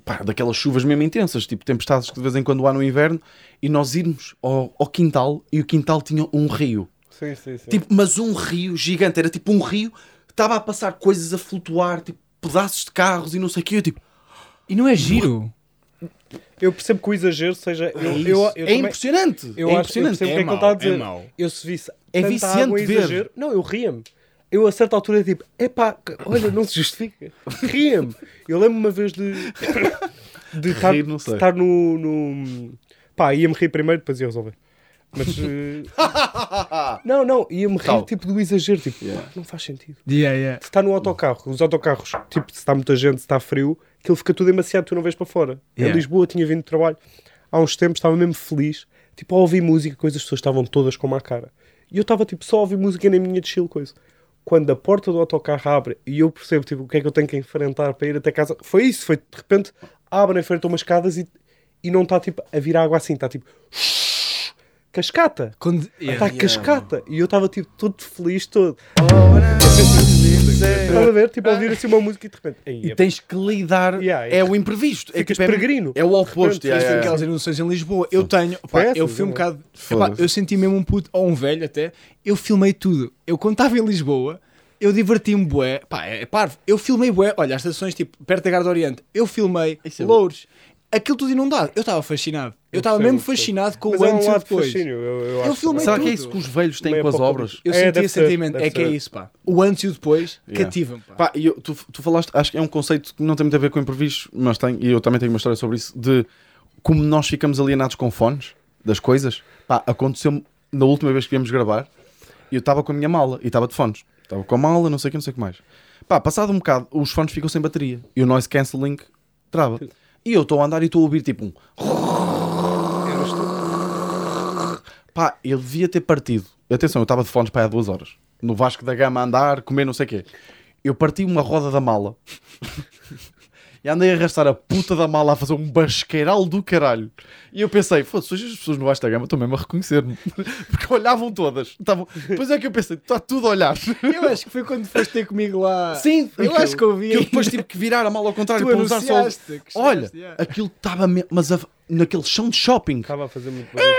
Speaker 1: pá, daquelas chuvas mesmo intensas, tipo tempestades que de vez em quando há no inverno, e nós irmos ao, ao quintal e o quintal tinha um rio.
Speaker 4: Sim, sim, sim.
Speaker 1: Tipo, mas um rio gigante, era tipo um rio que estava a passar coisas a flutuar, tipo pedaços de carros e não sei o que. Eu tipo,
Speaker 3: E não é giro.
Speaker 4: Eu percebo que o exagero seja. Eu, eu, eu,
Speaker 1: é
Speaker 4: também-
Speaker 1: impressionante.
Speaker 4: Eu
Speaker 1: é
Speaker 4: acho eu
Speaker 1: impressionante.
Speaker 4: percebo
Speaker 3: É
Speaker 4: o que é que ele
Speaker 3: mau,
Speaker 4: está a
Speaker 3: é
Speaker 4: dizer.
Speaker 3: mau.
Speaker 4: eu se visse
Speaker 1: É
Speaker 4: tanta
Speaker 1: viciante
Speaker 4: água em
Speaker 1: ver.
Speaker 4: exagero- Não, eu ria-me. Eu a certa altura é tipo, epá, c- olha, não se justifica. Ria-me. Eu lembro uma vez de. de estar,
Speaker 1: Rir, não sei.
Speaker 4: de estar no, no. Pá, ia-me rir primeiro, depois ia resolver. Mas. eh, não, não, ia-me rir
Speaker 1: Tal.
Speaker 4: tipo do exagero. Tipo, "Pá, não faz sentido.
Speaker 3: Yeah, yeah.
Speaker 4: Se está no autocarro, os autocarros, tipo, se está muita gente, se está frio, aquilo fica tudo emaciado, tu não vês para fora. É.
Speaker 3: Yeah.
Speaker 4: Em Lisboa tinha vindo de trabalho há uns tempos, estava mesmo feliz, tipo, a ouvir música, coisas, as pessoas estavam todas com má cara. E eu estava, tipo, só a ouvir música na minha de chill, coisa. Quando a porta do autocarro abre e eu percebo, tipo, o que é que eu tenho que enfrentar para ir até casa, foi isso, foi, de repente, abre, enfrenta umas escadas e, e não está, tipo, a vir água assim, está, tipo, cascata.
Speaker 3: Quando, yeah.
Speaker 4: Está cascata. E eu estava, tipo, todo feliz, todo. Estás a ver? Tipo, a ouvir assim uma música e de repente. "Ei,
Speaker 1: E
Speaker 4: é
Speaker 1: tens que lidar.
Speaker 4: Yeah,
Speaker 1: É
Speaker 4: yeah.
Speaker 1: o imprevisto. É,
Speaker 4: Ficas
Speaker 1: tipo, é,
Speaker 4: peregrino.
Speaker 1: É o oposto.
Speaker 4: De repente,
Speaker 1: yeah,
Speaker 4: tens
Speaker 1: yeah,
Speaker 3: Aquelas inundações em Lisboa, eu tenho. pá,
Speaker 4: Foi
Speaker 3: eu
Speaker 4: essas,
Speaker 3: fui um
Speaker 4: não é?
Speaker 3: bocado.
Speaker 1: Foda-se.
Speaker 3: epá, eu senti mesmo um puto, ou um velho até. Eu filmei tudo. Eu contava em Lisboa, eu diverti-me bué. Pá, é, é parvo. Eu filmei bué. Olha, as estações tipo perto da Garda Oriente, eu filmei
Speaker 1: Isso é
Speaker 3: Louros. Aquilo tudo inundado. Eu estava fascinado. Eu estava
Speaker 4: percebo,
Speaker 3: mesmo
Speaker 4: percebo.
Speaker 3: fascinado com
Speaker 4: Mas
Speaker 3: o
Speaker 4: é
Speaker 3: antes e
Speaker 4: um
Speaker 3: o
Speaker 4: lado de
Speaker 3: depois.
Speaker 4: fascínio. Eu, eu
Speaker 3: Eu
Speaker 4: acho.
Speaker 3: filmei
Speaker 1: Será que é
Speaker 3: tudo.
Speaker 1: isso que os velhos têm
Speaker 4: Meio
Speaker 1: com as
Speaker 4: apocalipse.
Speaker 1: obras?
Speaker 3: Eu
Speaker 4: É,
Speaker 3: senti
Speaker 4: deve
Speaker 3: esse
Speaker 4: ser,
Speaker 3: sentimento.
Speaker 4: deve
Speaker 3: É que é
Speaker 4: ser.
Speaker 3: isso, pá. O antes e o depois
Speaker 1: Yeah.
Speaker 3: cativa-me, pá.
Speaker 1: é. Pá, e eu- tu, tu falaste, acho que é um conceito que não tem muito a ver com imprevistos, mas tem, e eu também tenho uma história sobre isso, de como nós ficamos alienados com fones das coisas. Pá, aconteceu-me na última vez que viemos gravar, e eu estava com a minha mala e estava de fones. Estava com a mala, não sei o que, não sei o que mais. Pá, passado um bocado, os fones ficam sem bateria e o noise cancelling trava. E eu estou a andar e estou a ouvir tipo um. Pá, ele devia ter partido. Atenção, eu estava de fones para aí há duas horas. No Vasco da Gama a andar, comer não sei o quê. Eu parti uma roda da mala e andei a arrastar a puta da mala a fazer um basqueiral do caralho. E eu pensei, foda-se, hoje as pessoas no Vasco da Gama estão mesmo a reconhecer-me. Porque olhavam todas. Estavam... Pois é que eu pensei, está tudo a olhar.
Speaker 3: Eu acho que foi quando foste ter comigo lá.
Speaker 1: Sim,
Speaker 3: eu acho que ouvi.
Speaker 1: eu depois tive que virar a mala ao contrário
Speaker 3: Tu
Speaker 1: para usar só.
Speaker 3: anunciaste,
Speaker 1: o-
Speaker 3: que chegaste,
Speaker 1: Olha,
Speaker 3: yeah.
Speaker 1: aquilo estava mesmo, mas a- naquele chão de shopping,
Speaker 4: Estava a fazer muito barulho.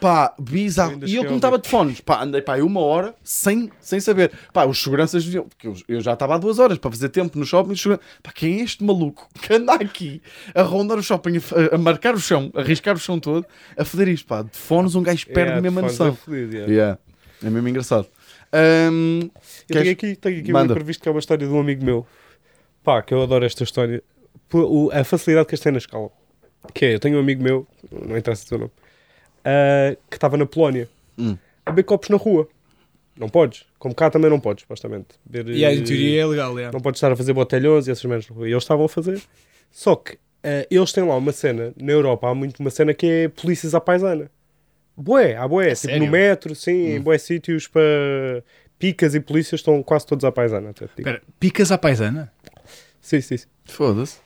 Speaker 1: pá, bizarro.
Speaker 4: ainda
Speaker 1: E eu,
Speaker 4: cheguei
Speaker 1: como
Speaker 4: a
Speaker 1: estava
Speaker 4: ouvir.
Speaker 1: de fones, pá, andei pá, aí uma hora sem, sem saber. Pá, os seguranças deviam, porque eu, eu já estava há duas horas para fazer tempo no shopping. Os seguranças, pá, quem é este maluco que anda aqui a rondar o shopping, a f- a, a marcar o chão, a riscar o chão todo, a fazer isto, pá, de fones um gajo perde
Speaker 4: Yeah,
Speaker 1: mesmo a
Speaker 4: de fones é
Speaker 1: noção.
Speaker 4: fodido, yeah.
Speaker 1: Yeah. É mesmo engraçado. Ahm,
Speaker 4: Eu
Speaker 1: queres-
Speaker 4: tenho aqui, tenho aqui um
Speaker 1: Manda.
Speaker 4: imprevisto que é uma história de um amigo meu. Pá, que eu adoro esta história. Pô, o- A facilidade que as cenas calam. Que é, eu tenho um amigo meu, não interessa o teu nome, ah, que estava na Polónia
Speaker 1: Hum.
Speaker 4: a beber copos na rua. Não podes. Como cá também não podes, supostamente. Beber,
Speaker 3: E aí, em
Speaker 4: eh,
Speaker 3: teoria é legal, é.
Speaker 4: Não podes estar a fazer botelhões e essas merdas na rua. E eles estavam a fazer. Só que eh, eles têm lá uma cena, na Europa há muito uma cena que é polícias à paisana. Boé, há boé. tipo
Speaker 3: sério?
Speaker 4: no metro, sim, em boé sítios para picas e polícias estão quase todos à paisana. Até, te digo.
Speaker 3: Espera, picas à paisana?
Speaker 4: Sim, sim, sim.
Speaker 1: Foda-se.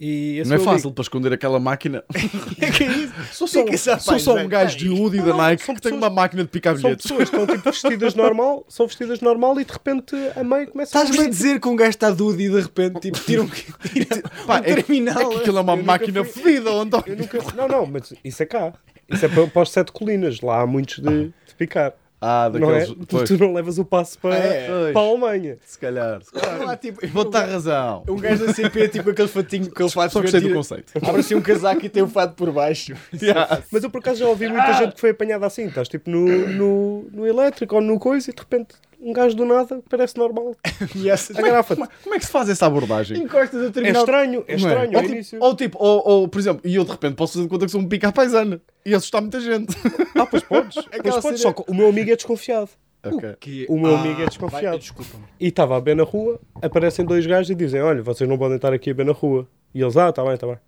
Speaker 4: E esse
Speaker 1: Não é
Speaker 4: meu
Speaker 1: fácil para esconder aquela máquina.
Speaker 3: que é isso?
Speaker 1: Sou só, um,
Speaker 3: Picas à
Speaker 1: sou só um
Speaker 3: paisana.
Speaker 1: gajo de Woody da Nike que tem uma máquina de picar
Speaker 4: amigo- São
Speaker 1: bilhetes.
Speaker 4: pessoas que estão tipo vestidas normal, são vestidas normal e de repente a meio começa a
Speaker 3: Estás-me a dizer que um gajo está dude e de repente tipo, tira um, tira
Speaker 1: Pá,
Speaker 3: um
Speaker 1: é, que-
Speaker 3: terminal.
Speaker 1: é que aquilo é uma
Speaker 4: nunca
Speaker 1: máquina
Speaker 4: fui-
Speaker 1: fedida, ó António.
Speaker 4: Eu nunca... Não, não, mas isso é cá. Isso é para, para os sete colinas. Lá há muitos de, de picar.
Speaker 1: Ah,
Speaker 4: Não é?
Speaker 1: daqueles.
Speaker 4: Tu,
Speaker 1: pois,
Speaker 4: tu não levas o passo para,
Speaker 3: Ah, é.
Speaker 4: para a Alemanha.
Speaker 1: se calhar. se calhar.
Speaker 3: Lá, tipo,
Speaker 1: Vou-te dar razão.
Speaker 3: Um gajo da CP, tipo aquele fatinho que ele faz.
Speaker 1: Só gostei do conceito.
Speaker 3: Abre assim um casaco e tem o fado por baixo.
Speaker 4: Mas eu por acaso já ouvi muita gente que foi apanhada assim. Estás tipo no, no, no elétrico ou no coisa e de repente um gajo do nada parece normal.
Speaker 3: E essa-
Speaker 4: A garrafa.
Speaker 1: Como, como é que se faz essa abordagem?
Speaker 3: Encostas o
Speaker 4: É
Speaker 3: terminal.
Speaker 4: estranho, é
Speaker 1: Não é?
Speaker 4: estranho
Speaker 1: Ou
Speaker 4: ao
Speaker 1: tipo,
Speaker 4: início.
Speaker 1: ou, tipo ou, ou, por exemplo, e eu de repente posso fazer de conta que sou um pica à paisana e assustar muita gente.
Speaker 4: Ah, pois podes.
Speaker 3: Aquela
Speaker 4: Pois podes,
Speaker 3: cena-
Speaker 4: só que o meu amigo é desconfiado.
Speaker 1: Ok.
Speaker 3: Que-
Speaker 4: O meu
Speaker 3: Ah,
Speaker 4: amigo é desconfiado.
Speaker 3: vai, Desculpa-me.
Speaker 4: E estava a ver na rua, aparecem dois gajos e dizem: Olha, vocês não podem estar aqui a ver na rua. E eles: Ah, está bem, está bem.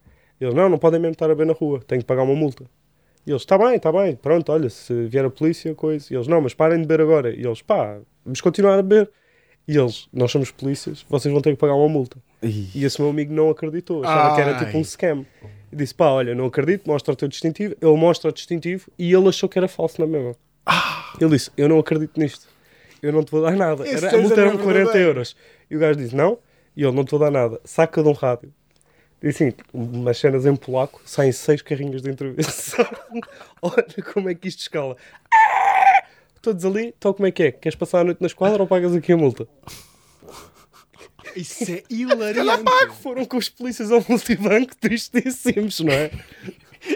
Speaker 4: E eles: Não, não podem mesmo estar a ver na rua, tenho que pagar uma multa. E eles: Está bem, está bem, pronto, olha, se vier a polícia, coisa. E eles: Não, mas parem de beber agora. E eles: Pá, vamos continuar a beber. E eles: Nós somos polícias, vocês vão ter que pagar uma multa. E esse meu amigo não acreditou, achava que era tipo um scam. E disse: Pá, olha, não acredito, mostra o teu distintivo. Ele mostra o distintivo e ele achou que era falso na mesma. Ele disse: Eu não acredito nisto, eu não te vou dar nada.
Speaker 3: Ah. Esse
Speaker 4: Era, a
Speaker 3: tens
Speaker 4: multa
Speaker 3: a
Speaker 4: era
Speaker 3: ver
Speaker 4: 40
Speaker 3: verdadeiro.
Speaker 4: euros. E o gajo disse: Não, e ele não te vou dar nada. Saca de um rádio. E assim, umas cenas em polaco, saem seis carrinhos de intervenção. olha como é que isto escala. Ah! Todos ali, então como é que é? Queres passar a noite na esquadra ou pagas aqui a multa?
Speaker 3: Isso é hilariante.
Speaker 4: Foram com os polícias ao multibanco tristíssimos, não é?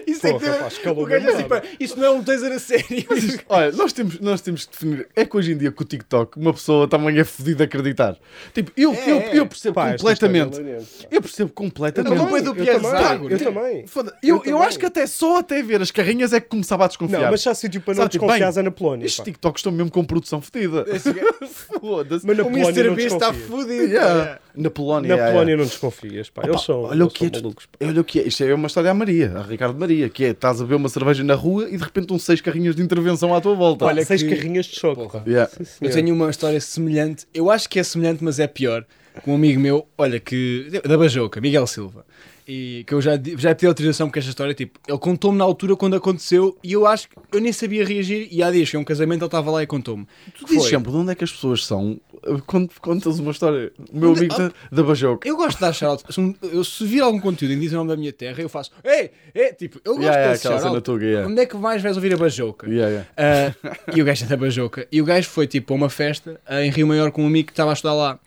Speaker 3: Isso é que
Speaker 4: Porra,
Speaker 3: teve-
Speaker 4: pá, escalou
Speaker 3: o gajo é
Speaker 4: mesmo,
Speaker 3: assim, pá, Isso não é um taser a sério.
Speaker 1: Mas isto- Olha, nós temos, nós temos que definir. É que hoje em dia com o TikTok uma pessoa também é fodida a acreditar. Tipo, eu, eu, eu percebo
Speaker 4: É, Pá, esta
Speaker 1: completamente.
Speaker 4: história é hilariante,
Speaker 1: Eu percebo
Speaker 4: Então,
Speaker 1: completamente.
Speaker 3: Eu também, eu também,
Speaker 4: eu também.
Speaker 1: Foda- Eu, eu,
Speaker 4: também.
Speaker 1: acho que até só até ver as carrinhas é que começava a desconfiar.
Speaker 4: Não, mas já sítio para não
Speaker 1: Sabe, tipo,
Speaker 4: desconfiares
Speaker 1: bem,
Speaker 4: é na Polónia.
Speaker 1: Estes
Speaker 4: pá.
Speaker 1: TikToks estão mesmo com produção fodida. Foda-se.
Speaker 4: É assim, Mas na
Speaker 3: O
Speaker 4: Polónia
Speaker 3: Mr.
Speaker 4: não
Speaker 3: B está
Speaker 4: desconfias.
Speaker 3: fodido.
Speaker 1: Yeah. Na Polónia.
Speaker 4: Na
Speaker 1: yeah,
Speaker 4: Polónia
Speaker 1: yeah.
Speaker 4: não desconfias, pá.
Speaker 1: Pá,
Speaker 4: Eles são,
Speaker 1: olha, o que é,
Speaker 4: eles são malucos. pá.
Speaker 1: olha o que é. Isto é uma história à Maria, a Ricardo Maria, que é estás a ver uma cerveja na rua e de repente um seis carrinhas de intervenção à tua volta.
Speaker 3: Olha,
Speaker 4: Seis
Speaker 3: que-
Speaker 4: carrinhas de choque. pá.
Speaker 1: Yeah.
Speaker 4: Sim,
Speaker 3: Eu
Speaker 4: senhor.
Speaker 3: tenho uma história semelhante, eu acho que é semelhante, mas é pior. Com um amigo meu, olha, que da Bajoca, Miguel Silva, e que eu já, di- já pedi autorização porque esta história, tipo, ele contou-me na altura quando aconteceu e eu é acho que eu nem sabia reagir. E há dias que um casamento ele estava lá e contou-me.
Speaker 1: Tu dizes
Speaker 3: Foi.
Speaker 1: sempre de onde é que as pessoas são quando contas uma história, o meu amigo da, da Bajoca.
Speaker 3: Eu gosto de dar shout se, um- eu, se vir algum conteúdo em diz o nome da minha terra, eu faço Ei, ei, tipo, eu gosto
Speaker 1: Yeah, yeah,
Speaker 3: desse
Speaker 1: aquela cena
Speaker 3: shout-out.
Speaker 1: tuga, yeah.
Speaker 3: Onde é que mais vais ouvir a bajoca?
Speaker 1: Yeah, yeah.
Speaker 3: Ah, e o gajo é da Bajoca. E o gajo foi tipo a uma festa ah, em Rio Maior com um amigo que estava a estudar lá.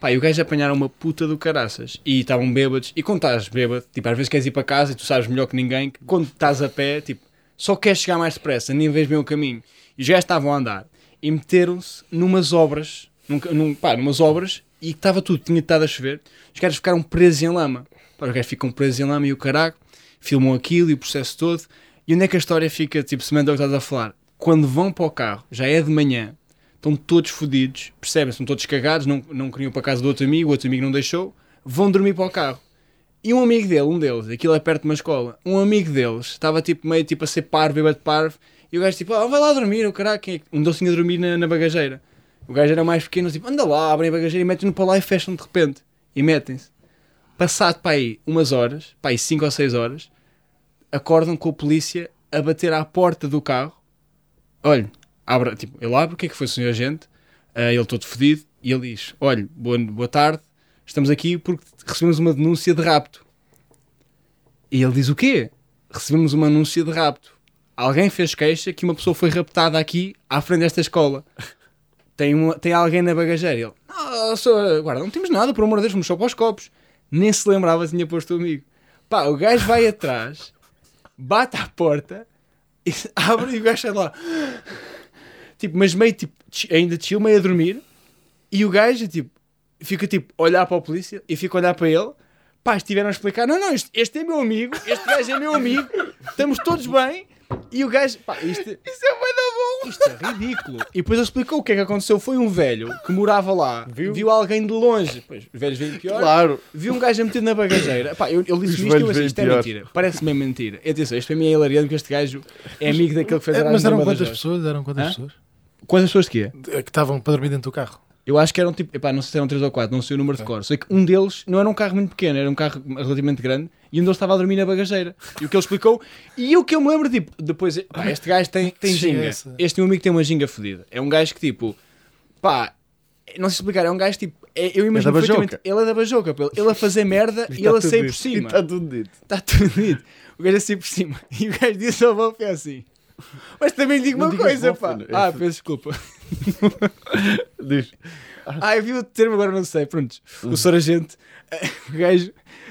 Speaker 3: Pá, e o gajo apanharam uma puta do caraças. E estavam bêbados. E quando estás bêbado, tipo, às vezes queres ir para casa e tu sabes melhor que ninguém que quando estás a pé, tipo, só queres chegar mais depressa, nem vês bem o caminho. E os gajos estavam a andar e meteram-se numas obras, num, ca- num, pá, numas obras e estava tudo, tinha estado a chover. Os gajos ficaram presos em lama. Pá, os gajos ficam presos em lama e o caraco, filmam aquilo e o processo todo. E onde é que a história fica, tipo, semelhante ao que estás a falar? Quando vão para o carro, já é de manhã, estão todos fodidos, percebem? Estão todos cagados, não, não queriam ir para a casa do outro amigo, o outro amigo não deixou, vão dormir para o carro. E um amigo dele, um deles, aquilo é perto de uma escola, um amigo deles estava tipo meio tipo a ser parvo, bêbado de parvo, e o gajo tipo, ah, vai lá dormir, o caralho, quem é que-" um deles tinha de dormir na, na bagageira. O gajo era mais pequeno, tipo, anda lá, abrem a bagageira e metem-no para lá e fecham de repente. E metem-se. Passado para aí umas horas, para aí 5 ou 6 horas, acordam com a polícia a bater à porta do carro. Olha, abre, tipo, ele abre, o que é que foi, senhor agente? Ah, ele todo fedido e ele diz: Olha, boa, boa tarde, estamos aqui porque recebemos uma denúncia de rapto. E ele diz: O quê? Recebemos uma denúncia de rapto. Alguém fez queixa que uma pessoa foi raptada aqui à frente desta escola. Tem, uma- tem alguém na bagageira. E Ele: Não, senhor guarda, não temos nada, por amor de Deus, vamos só para os copos. Nem se lembrava tinha posto o amigo. Pá, o gajo vai atrás bate à porta e abre e o gajo sai lá. Tipo, mas meio tipo, chi- ainda chill, meio a dormir. E o gajo, tipo, fica tipo, a olhar para a polícia e fica a olhar para ele. Pá, estiveram a explicar: não, não, este, este é meu amigo, este gajo é meu amigo, estamos todos bem. E o gajo, pá, isto, isso é bom. Isto é ridículo. E depois ele explicou o que é que aconteceu. Foi um velho que morava lá, viu, alguém de longe. Pois, os velhos vêm pior.
Speaker 1: Claro.
Speaker 3: Vi um gajo a meter na bagageira. Pá, eu, eu li
Speaker 1: Os
Speaker 3: isto e
Speaker 1: velhos
Speaker 3: eu assim,
Speaker 1: veem
Speaker 3: isto é
Speaker 1: pior.
Speaker 3: mentira. Parece-me mentira. E Atenção, isto para mim é hilariante porque este gajo é amigo daquele que fez
Speaker 2: É,
Speaker 3: a
Speaker 2: mas eram
Speaker 3: Numa
Speaker 2: quantas
Speaker 3: das horas.
Speaker 2: pessoas? Eram quantas
Speaker 3: Hã?
Speaker 2: pessoas?
Speaker 3: Quantas pessoas que é?
Speaker 2: É Que estavam para dormir dentro do carro.
Speaker 3: Eu acho que eram tipo, epá, não sei se eram 3 ou 4, não sei o número de cor. Sei que um deles não era um carro muito pequeno, era um carro relativamente grande e um deles estava a dormir na bagageira. E o que ele explicou, e o que eu me lembro, tipo, depois, pá, este gajo tem, tem
Speaker 2: Que ginga é
Speaker 3: ginga.
Speaker 2: essa?
Speaker 3: Este meu amigo tem uma ginga fodida. É um gajo que tipo, pá, não sei explicar, é um gajo tipo, é- eu imagino
Speaker 1: Bajoca.
Speaker 3: perfeitamente, ele é da bajoca, pá, ele a fazer merda e ele a sair por
Speaker 1: E
Speaker 3: cima.
Speaker 1: está tudo dito.
Speaker 3: Está Tá tudo dito. O gajo assim por cima. E o gajo diz ao Bob é assim. Mas também lhe digo
Speaker 1: Não
Speaker 3: uma
Speaker 1: digas
Speaker 3: coisa,
Speaker 1: Bob,
Speaker 3: pá.
Speaker 1: filho.
Speaker 3: Ah,
Speaker 1: Esse-
Speaker 3: peço desculpa.
Speaker 1: Diz.
Speaker 3: Ah, eu vi o termo agora, não sei. Pronto.
Speaker 1: Uhum.
Speaker 3: O senhor agente, eh, o gajo,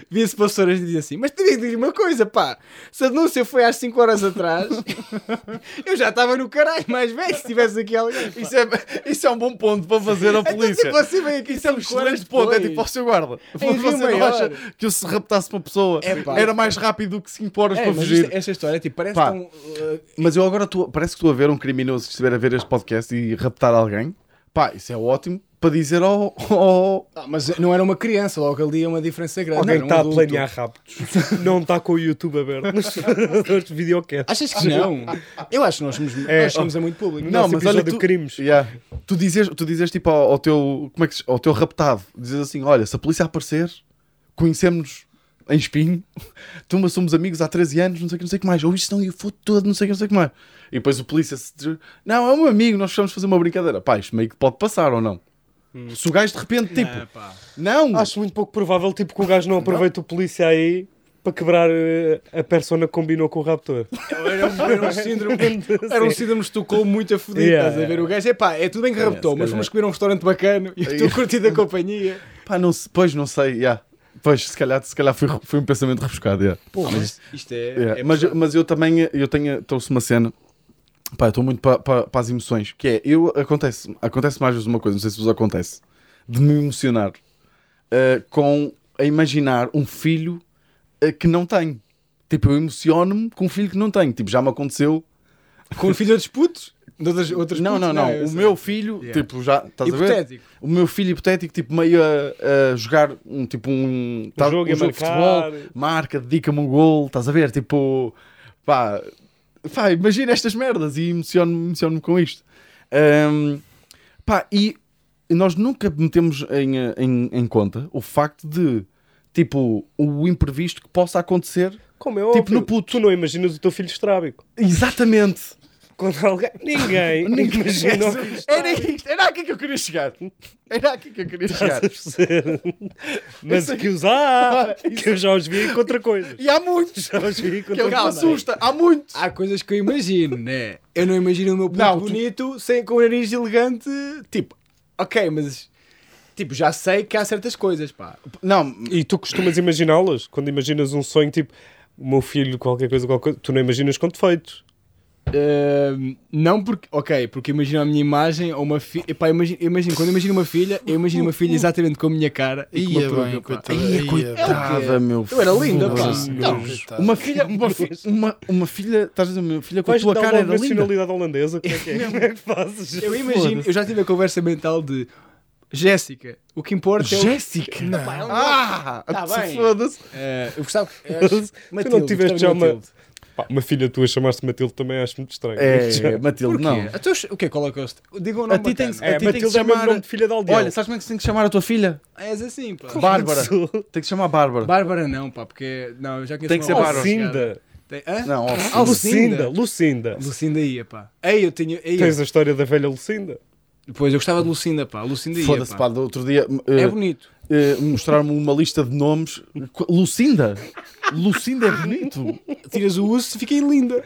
Speaker 3: via-se para o senhor agente e dizia assim: Mas também lhe digo uma coisa, pá. Se a denúncia foi às 5 horas atrás, eu já estava no caralho mais velho se tivesse aqui alguém. pá."
Speaker 1: Isso é, isso é um bom ponto para fazer a
Speaker 3: Então,
Speaker 1: polícia.
Speaker 3: tipo assim, vem aqui
Speaker 1: Isso é um
Speaker 3: 5 horas
Speaker 1: excelente ponto. É
Speaker 3: depois.
Speaker 1: tipo, ó, seu guarda,
Speaker 3: Rio
Speaker 1: você não
Speaker 3: Maior.
Speaker 1: acha que eu se raptasse uma pessoa
Speaker 3: É, pá.
Speaker 1: era mais rápido do que 5 horas
Speaker 3: É,
Speaker 1: para
Speaker 3: mas
Speaker 1: fugir?
Speaker 3: isto- esta história, tipo, parece
Speaker 1: Pá.
Speaker 3: tão. eh,
Speaker 1: Mas eu agora estou- parece que estou a ver um criminoso que estiver a ver este podcast e raptar alguém. Pá, isso é ótimo para dizer ao. ao-
Speaker 3: ah, mas não era uma criança, logo ali é uma diferença grande.
Speaker 4: Alguém
Speaker 3: era um
Speaker 4: está a
Speaker 3: adulto.
Speaker 4: planear raptos. não está com o YouTube aberto. Nos, nos videocasts.
Speaker 3: Achas que Ah, não? Eu acho que nós somos,
Speaker 4: É.
Speaker 3: nós somos a muito público.
Speaker 1: Não,
Speaker 4: Nosso
Speaker 1: mas olha,
Speaker 4: episódio
Speaker 1: tu-
Speaker 4: de crimes.
Speaker 1: Yeah. Tu dizes, tu dizes tipo ao, ao teu. Como é que se- Ao teu raptado, dizes assim: olha, se a polícia aparecer, conhecemos-nos em espinho, tu, mas somos amigos há 13 anos, não sei o que, não sei o que mais, ou isto não, eu foto todo, não sei o que, não sei o que mais. E depois o polícia se diz: não, é um amigo, nós precisamos fazer uma brincadeira. Pá, isto meio que pode passar ou não?
Speaker 4: Hum.
Speaker 1: Se o gajo de repente, tipo, não,
Speaker 4: Acho muito pouco provável tipo, que o gajo não aproveite o polícia aí para quebrar eh, a persona que combinou com o raptor.
Speaker 3: Era um, era um síndrome, era um síndrome de Estocolmo muito a fudido,
Speaker 4: Yeah,
Speaker 3: estás a ver?
Speaker 4: yeah.
Speaker 3: O gajo, é pá, é tudo bem que raptou, mas fomos comer a um restaurante bacano e estou curtindo a companhia.
Speaker 1: Pá, não se, pois não sei, yeah. pois se calhar, se calhar foi, foi um pensamento rebuscado. yeah.
Speaker 3: Pô, mas isto é...
Speaker 1: Yeah. mas, eu- mas eu também eu tenho, trouxe uma cena, pá, eu estou muito para as emoções, que é, eu acontece, acontece mais vezes uma coisa, não sei se vos acontece, de me emocionar eh, com a imaginar um filho eh, que não tenho. Tipo, eu emociono-me com um filho que não tenho. Tipo, já me aconteceu.
Speaker 3: Com o filho de outros putos? De outras, outras
Speaker 1: não,
Speaker 3: putos?
Speaker 1: não, não.
Speaker 3: eu
Speaker 1: o
Speaker 3: sei.
Speaker 1: meu filho,
Speaker 3: Yeah.
Speaker 1: tipo, já. Estás a ver?
Speaker 3: Hipotético.
Speaker 1: o meu filho hipotético, tipo, meio a, a jogar um tipo um, tá-
Speaker 4: jogo e a
Speaker 1: de
Speaker 4: marcar.
Speaker 1: futebol, marca, dedica-me um gol, estás a ver? Tipo, pá, pá imagina estas merdas e emociono-me emociono com isto. Ahm, pá, e nós nunca metemos em, eh, em, em conta o facto de, tipo, o imprevisto que possa acontecer
Speaker 4: Como é óbvio.
Speaker 1: no puto.
Speaker 4: Tu não imaginas o teu filho estrábico.
Speaker 1: exatamente.
Speaker 4: contra alguém? Ninguém. Ninguém imaginou.
Speaker 1: Era isto, era aqui que eu queria chegar. Era aqui que eu queria chegar.
Speaker 4: Mas que os há, que eu já os vi contra coisas.
Speaker 1: E há muitos.
Speaker 4: Já os vi
Speaker 1: Que é
Speaker 4: contra
Speaker 1: o que me
Speaker 4: coisas.
Speaker 1: assusta. Há muitos.
Speaker 3: Há coisas que eu imagino, né? Eu não imagino o meu puto
Speaker 1: Não, tu-
Speaker 3: bonito sem, com o nariz elegante. Tipo, ok, mas. Tipo, já sei que há certas coisas, pá.
Speaker 1: Não,
Speaker 4: E tu costumas imaginá-las? Quando imaginas um sonho, tipo, o meu filho, qualquer coisa, qualquer coisa, tu não imaginas com defeitos.
Speaker 3: Ahm, não porque. Ok, porque imagino a minha imagem ou uma filha. Epá, imagino, imagino- quando imagino uma filha, eu imagino uma filha exatamente com a minha cara e com
Speaker 2: Ia
Speaker 3: uma peruca,
Speaker 2: bem,
Speaker 3: pá.
Speaker 2: coitada.
Speaker 1: Ia,
Speaker 2: ia,
Speaker 1: coitada,
Speaker 2: pá.
Speaker 3: quê?
Speaker 1: meu
Speaker 3: Eu era linda, pá.
Speaker 1: foda-se.
Speaker 2: Não,
Speaker 1: Uma filha, uma, fi- uma, uma filha, estás a dizer, uma filha com a
Speaker 4: Vais
Speaker 1: tua
Speaker 4: dar
Speaker 1: cara
Speaker 4: uma
Speaker 1: era linda.
Speaker 4: nacionalidade holandesa? Como é que é? Como é que fazes?
Speaker 3: Eu imagino, eu já tive a conversa mental de Jéssica, o que importa é o.
Speaker 1: Jéssica?
Speaker 2: Não.
Speaker 3: Pá, é um-
Speaker 1: Ah,
Speaker 3: Tá bem.
Speaker 1: foda-se.
Speaker 3: Ah, eu gostava.
Speaker 4: Tu não tiveste já uma... Pá, uma filha tua chamaste Matilde também, acho muito estranho.
Speaker 1: É, Matilde,
Speaker 3: Porquê?
Speaker 1: não.
Speaker 3: A teus- o que é que colocaste? Diga um
Speaker 1: A
Speaker 3: nome
Speaker 1: ti tem que
Speaker 3: bacana.
Speaker 1: a
Speaker 4: É,
Speaker 1: ti tem que
Speaker 4: Matilde é mesmo
Speaker 1: chamar...
Speaker 4: nome de filha de aldeão.
Speaker 1: Olha, sabes como é que tem que chamar a tua filha?
Speaker 3: És assim, pá.
Speaker 1: Bárbara. Tem que chamar Bárbara.
Speaker 3: Bárbara não, pá, porque... Não, eu já conheço
Speaker 1: Tem que
Speaker 3: uma
Speaker 1: ser
Speaker 3: outra
Speaker 1: Bárbara.
Speaker 3: chegada.
Speaker 4: Lucinda.
Speaker 3: Tem- hã?
Speaker 1: Não, ó,
Speaker 3: Ah,
Speaker 4: Lucinda.
Speaker 3: Lucinda.
Speaker 4: Lucinda.
Speaker 3: Lucinda ia, pá. Ei, eu tinha... Ei,
Speaker 1: é.
Speaker 4: Tens a história da velha Lucinda.
Speaker 3: Depois, eu gostava de Lucinda, pá. Lucinda ia,
Speaker 1: foda-se, pá,
Speaker 3: pá.
Speaker 1: do outro dia
Speaker 3: É
Speaker 1: eh,
Speaker 3: bonito.
Speaker 1: eh, mostraram-me uma lista de nomes. Qu- Lucinda? Lucinda é bonito.
Speaker 3: Tiras o urso, fica linda.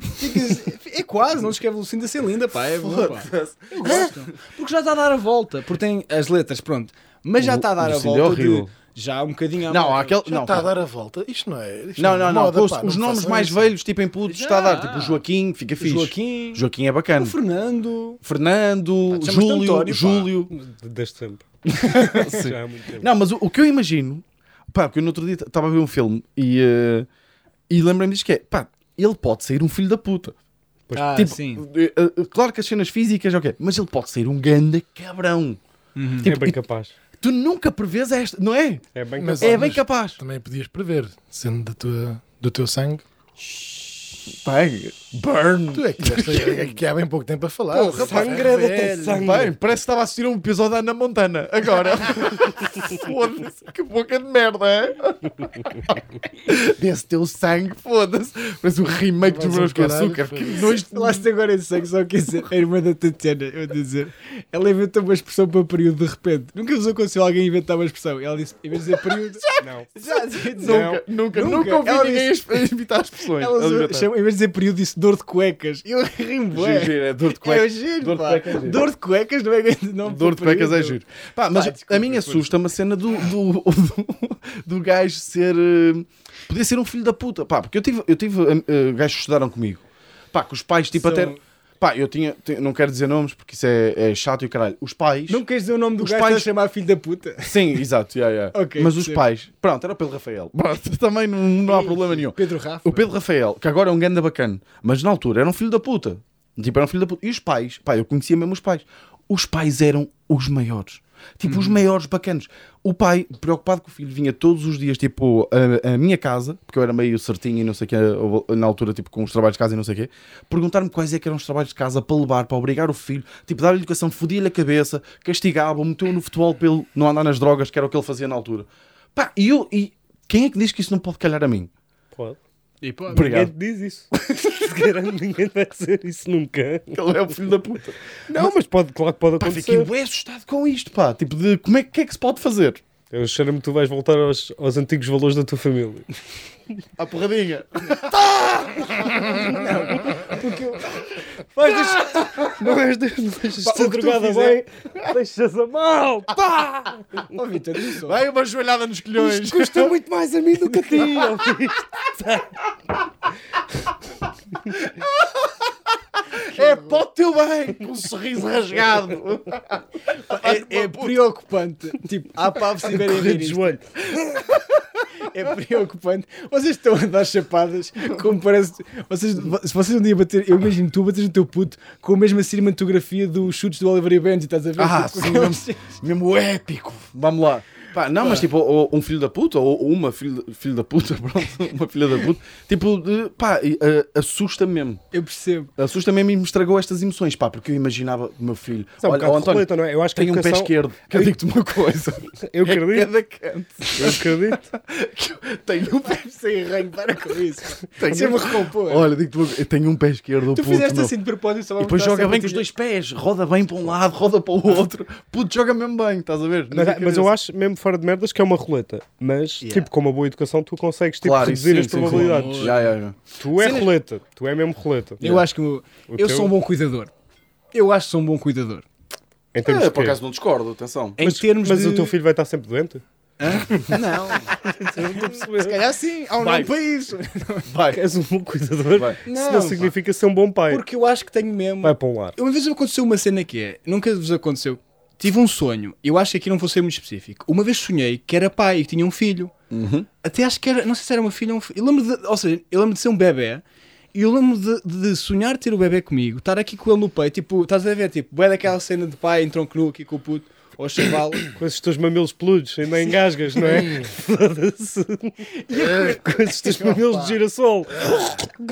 Speaker 3: Ficas- É quase, não escreve Lucinda ser linda, pá. É bom, pá. Eu gosto. Porque já está a dar a volta. Porque tem as letras, pronto. Mas já está a dar a
Speaker 1: Lucinda é
Speaker 3: volta
Speaker 1: horrível.
Speaker 3: de... Já um bocadinho... à
Speaker 1: Não,
Speaker 3: moda.
Speaker 1: há aquele.
Speaker 2: Já
Speaker 1: Não,
Speaker 2: está a
Speaker 1: pá.
Speaker 2: dar a volta. Isto não é. isto
Speaker 1: não,
Speaker 2: não é
Speaker 1: não. não,
Speaker 2: moda,
Speaker 1: os
Speaker 2: pá,
Speaker 1: os
Speaker 2: não
Speaker 1: nomes
Speaker 2: façam
Speaker 1: mais
Speaker 2: isso.
Speaker 1: velhos, tipo em putos, está a dar.
Speaker 3: Já.
Speaker 1: Tipo Joaquim, fica fixe.
Speaker 3: Joaquim...
Speaker 1: Joaquim é
Speaker 3: O
Speaker 1: bacana.
Speaker 3: Fernando...
Speaker 1: Fernando,
Speaker 3: Pá, chamas-te
Speaker 1: Júlio,
Speaker 3: António, pá.
Speaker 1: Júlio.
Speaker 4: De- Desde sempre. Já há muito tempo.
Speaker 1: Não, mas o, o que eu imagino, pá, que eu no outro dia estava a ver um filme e, eh, e lembrei-me disto que é, pá, ele pode sair um filho da puta.
Speaker 3: Ah,
Speaker 1: tipo,
Speaker 3: sim.
Speaker 1: eh, eh, claro que as cenas físicas é o quê? Mas ele pode sair um ganda cabrão.
Speaker 3: Uhum.
Speaker 1: Tipo,
Speaker 4: é bem capaz.
Speaker 1: Tu nunca prevês esta, não é?
Speaker 4: É bem
Speaker 2: Mas-
Speaker 4: capaz.
Speaker 1: É
Speaker 2: Mas-
Speaker 1: bem capaz.
Speaker 2: Também podias prever, sendo da tua, do teu sangue.
Speaker 4: é
Speaker 1: Pai, burn.
Speaker 2: Tu é que desta, é que há bem pouco tempo a falar.
Speaker 4: Porra,
Speaker 2: Rapaz,
Speaker 1: é
Speaker 4: sangra do teu
Speaker 2: velho.
Speaker 4: sangue.
Speaker 1: Bem, parece que estava a assistir a um episódio da Ana Montana. Agora, foda-se, que boca de merda, é? Desse teu sangue, foda-se. Parece um remake dos
Speaker 2: Mas um
Speaker 1: Brancos com
Speaker 2: caralho,
Speaker 1: Açúcar. Que
Speaker 2: foda-se.
Speaker 1: nojo
Speaker 3: Falaste agora em sangue, só quer dizer, a irmã da Tatiana, eu vou dizer, ela inventou uma expressão para período de repente. Nunca vos aconteceu alguém inventar uma expressão. Ela disse, em vez de dizer período,
Speaker 4: Não.
Speaker 3: já disse,
Speaker 1: Nunca, nunca, nunca,
Speaker 3: Nunca.
Speaker 1: ouvi
Speaker 3: Ela
Speaker 1: ninguém a imitar as pessoas.
Speaker 3: ela usou- chama- eh, em vez de dizer período, disse dor de cuecas. Eu rimo, bué.
Speaker 1: é dor de
Speaker 3: Eu
Speaker 1: cuecas.
Speaker 3: giro,
Speaker 1: Dor de
Speaker 3: pá.
Speaker 1: cuecas é giro.
Speaker 3: Dor de cuecas não é grande nome
Speaker 1: Dor de
Speaker 3: para
Speaker 1: cuecas é
Speaker 3: período.
Speaker 1: giro. Pá, mas
Speaker 3: Pá, desculpa,
Speaker 1: a mim
Speaker 3: foi.
Speaker 1: assusta-me a cena do, do, do, do gajo ser. eh, podia ser um filho da puta. Pá, porque eu tive, eu tive eh, eh, gajos que estudaram comigo. Pá, que os pais, tipo,
Speaker 3: São-
Speaker 1: até. Pá, eu tinha. te- Não quero dizer nomes porque isso é, é chato e o caralho. Os pais.
Speaker 3: Não queres dizer o nome do
Speaker 1: Os
Speaker 3: gajo
Speaker 1: pais-
Speaker 3: para chamar filho da puta?
Speaker 1: Sim, exato, yeah, yeah.
Speaker 3: Ok,
Speaker 1: mas os
Speaker 3: percebo.
Speaker 1: pais. Pronto, era o Pedro Rafael. Pronto, também não, não há problema nenhum.
Speaker 3: Pedro Rafa.
Speaker 1: O Pedro Rafael, que agora é um ganda bacana, mas na altura era um filho da puta. Tipo, era um filho da puta. E os pais, pá, eu conhecia mesmo os pais. Os pais eram os maiores. Tipo, os maiores bacanos. O pai, preocupado que o filho vinha todos os dias, tipo, à à minha casa, porque eu era meio certinho e não sei o quê, ou, na altura, tipo, com os trabalhos de casa e não sei o quê, perguntar-me quais é que eram os trabalhos de casa para levar, para obrigar o filho, tipo, dar-lhe educação, fodia-lhe a cabeça, castigava, meteu no futebol para ele não andar nas drogas, que era o que ele fazia na altura. Pá, e eu, e quem é que diz que isso não pode calhar a mim?
Speaker 4: Pode.
Speaker 3: E pô,
Speaker 1: Obrigado.
Speaker 4: Ninguém te diz isso. Se calhar ninguém vai dizer isso nunca.
Speaker 1: Ele é o filho da puta.
Speaker 4: Não, mas pode, claro que pode
Speaker 1: Pá, fiquei
Speaker 4: acontecer.
Speaker 1: bué assustado com isto, pá. Tipo, de como é que é que se pode fazer?
Speaker 4: Eu cheiro-me que tu vais voltar aos, aos antigos valores da tua família.
Speaker 1: À porradinha.
Speaker 4: Vais deixar... Não és de... Não deixas
Speaker 3: Pá,
Speaker 4: de ser
Speaker 3: o que tu
Speaker 4: drogada bem.
Speaker 3: fizer-
Speaker 4: Deixas a mal.
Speaker 1: Ah,
Speaker 4: Pá,
Speaker 3: Ó, Oh, Vitor, diz só.
Speaker 1: Vai uma joelhada nos colhões.
Speaker 4: isto custa muito mais a mim do que a ti. ouviste?
Speaker 1: É para o teu bem. Com um sorriso rasgado.
Speaker 3: É, é preocupante. Tipo, há pavos se tiverem a
Speaker 4: Correr
Speaker 3: ver
Speaker 4: de
Speaker 3: isto.
Speaker 4: joelho.
Speaker 3: É preocupante. Vocês estão a dar chapadas como parece. Vocês, se vocês um dia bater, eu imagino tu bateres no teu puto com a mesma cinematografia dos chutes do Oliver e Benji, estás a ver?
Speaker 1: Ah,
Speaker 3: Tipo,
Speaker 1: sim, mesmo, mesmo épico. Vamos lá. Pá, não, mas tipo, ou- ou um filho da puta, ou ou uma filho, filho da puta, pronto, uma filha da puta, tipo, de- pá, e, eh, assusta-me mesmo.
Speaker 5: Eu percebo.
Speaker 1: Assusta-me mesmo e me estragou estas emoções, pá, porque eu imaginava o meu filho.
Speaker 4: Isso é um
Speaker 1: Olha,
Speaker 4: bocado
Speaker 1: ó,
Speaker 4: de
Speaker 1: António,
Speaker 4: roleta, não é? Eu acho que a
Speaker 1: tem um pé
Speaker 4: educação-
Speaker 1: esquerdo. Eu digo-te uma coisa.
Speaker 4: Eu acredito,
Speaker 1: Cada canto.
Speaker 4: eu acredito.
Speaker 1: Tenho um pé
Speaker 3: Sem arranho, para com isso.
Speaker 1: Tenho-
Speaker 4: é
Speaker 5: é
Speaker 1: um
Speaker 3: Você me recompor.
Speaker 1: Olha, digo-te uma coisa. Eu tenho um pé esquerdo.
Speaker 3: tu
Speaker 1: puto,
Speaker 3: fizeste
Speaker 1: meu.
Speaker 3: assim de propósito, só
Speaker 1: E depois joga bem com os dois pés. Roda bem para um lado, roda para o outro. Puto, joga mesmo bem, estás a ver?
Speaker 4: Mas,
Speaker 1: Na minha
Speaker 4: mas eu
Speaker 1: cabeça.
Speaker 4: acho, mesmo fora de merdas, que é uma roleta. Mas,
Speaker 1: Yeah.
Speaker 4: tipo, com uma boa educação, tu consegues tipo,
Speaker 1: Claro, isso sim,
Speaker 4: reduzir as
Speaker 1: sim, sim.
Speaker 4: probabilidades.
Speaker 1: Já, já, já.
Speaker 4: Tu é
Speaker 5: Cenas-
Speaker 4: roleta. Tu é mesmo roleta.
Speaker 5: Eu acho que eu,
Speaker 4: O
Speaker 5: eu
Speaker 4: teu-
Speaker 5: sou um bom cuidador. Eu acho que sou um bom cuidador.
Speaker 4: Em termos
Speaker 1: É,
Speaker 4: de
Speaker 1: por
Speaker 4: quê?
Speaker 1: acaso não discordo, atenção.
Speaker 5: Em
Speaker 4: mas,
Speaker 5: termos
Speaker 4: mas
Speaker 5: de...
Speaker 4: o teu filho vai estar sempre doente?
Speaker 5: Não. Se calhar sim. Há um
Speaker 1: Vai.
Speaker 5: nome para isso.
Speaker 1: Vai.
Speaker 4: És um bom cuidador.
Speaker 1: Vai.
Speaker 4: Isso não, significa ser um bom pai.
Speaker 5: Porque eu acho que tenho mesmo...
Speaker 4: Vai para um lar.
Speaker 5: Uma vez aconteceu uma cena que é, nunca vos aconteceu. Tive um sonho, eu acho que aqui não vou ser muito específico. Uma vez sonhei que era pai e que tinha um filho.
Speaker 1: É, Uhum.
Speaker 5: Até acho que era, não sei se era uma filha ou um filho. Eu lembro de, ou seja, eu lembro de ser um bebê e eu lembro de, de sonhar ter o bebê comigo, estar aqui com ele no peito, tipo, estás a ver, tipo, é daquela cena de pai em tronco nu aqui com o puto ou chaval.
Speaker 4: Com esses teus mamilos peludos, ainda engasgas, não é? Foda-se. Com esses teus mamilos de girassol.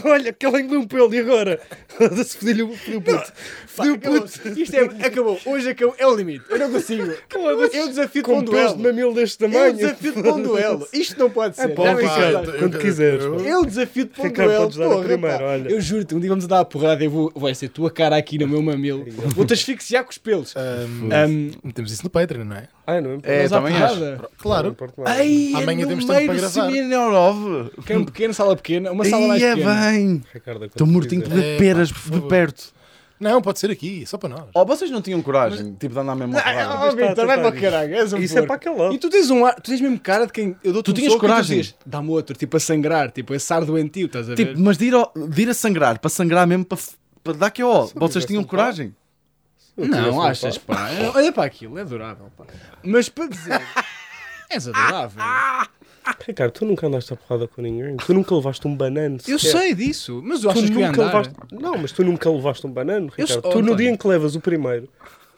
Speaker 4: Olha, que ela engoliu um pelo e agora? Foda-se, fodi-lhe o fodi o puto.
Speaker 5: Tipo,
Speaker 4: Fodi o
Speaker 3: Acabou.
Speaker 4: puto.
Speaker 3: Isto é, acabou. Hoje acabou. É o limite. Eu não consigo. Eu desafio com
Speaker 4: Com
Speaker 3: um
Speaker 4: pés de
Speaker 3: duelo.
Speaker 4: mamilo deste
Speaker 3: Eu
Speaker 4: tamanho. É
Speaker 3: desafio com um duelo. Isto não pode ser.
Speaker 4: pá,
Speaker 3: Já me
Speaker 4: Ricardo,
Speaker 3: incomodaste.
Speaker 4: quando quiseres, pá.
Speaker 3: Eu desafio-te para um
Speaker 4: Ricardo,
Speaker 3: duelo,
Speaker 4: podes dar a
Speaker 3: porra,
Speaker 4: primeira,
Speaker 3: pá.
Speaker 4: olha.
Speaker 3: Eu juro-te, um dia vamos dar a porrada eu vou... Vai ser a tua cara aqui no meu mamilo. Vou-te asfixiar com os pelos. Ahm,
Speaker 2: Metemos isso no Patreon, não é?
Speaker 4: Ah, não importa.
Speaker 1: É,
Speaker 3: mas à
Speaker 1: também acho.
Speaker 3: porrada.
Speaker 2: Claro.
Speaker 1: Ei,
Speaker 2: Amanhã
Speaker 1: é
Speaker 2: temos
Speaker 1: no
Speaker 2: tempo para
Speaker 1: meio do
Speaker 2: gravar.
Speaker 1: Seminário 9.
Speaker 3: Campo pequeno, sala pequena, uma sala mais
Speaker 1: Ei, é
Speaker 3: pequena.
Speaker 1: bem. Estou mortinho de
Speaker 2: É,
Speaker 1: ver
Speaker 2: pá,
Speaker 1: peras
Speaker 2: por
Speaker 1: de
Speaker 2: favor.
Speaker 1: perto.
Speaker 2: Não, pode ser aqui, só para nós.
Speaker 1: Oh, vocês não tinham coragem, tipo, de andar mesmo à porrada.
Speaker 3: Ah, oh, Victor,
Speaker 4: Está,
Speaker 3: vai
Speaker 4: está,
Speaker 3: para o caralho. És um
Speaker 4: Isso é
Speaker 3: porco.
Speaker 4: para aquele lado.
Speaker 3: E tu tens um ar, tu tens mesmo cara de quem eu dou-te
Speaker 1: Tu
Speaker 3: um
Speaker 1: tinhas
Speaker 3: soco e
Speaker 1: coragem?
Speaker 3: dizes, Dá-me outro, tipo a sangrar, tipo a sar doentio, estás a ver?
Speaker 1: Tipo, mas de ir, ao- de ir a sangrar, para sangrar mesmo, para, f- para dar que ó. Vocês tinham coragem?
Speaker 3: Não, achas, pá. Olha para aquilo, é adorável, pá. Mas para dizer. Ah, És adorável.
Speaker 4: Ricardo, tu nunca andaste a porrada com ninguém. Tu nunca levaste um banano.
Speaker 3: Eu
Speaker 4: sequer.
Speaker 3: sei disso, mas eu
Speaker 4: Tu
Speaker 3: achas que eu ia
Speaker 4: nunca
Speaker 3: andar.
Speaker 4: levaste... Não, mas tu nunca levaste um banano,
Speaker 3: Eu sei-
Speaker 4: Ricardo. tu no
Speaker 3: António.
Speaker 4: dia em que levas o primeiro,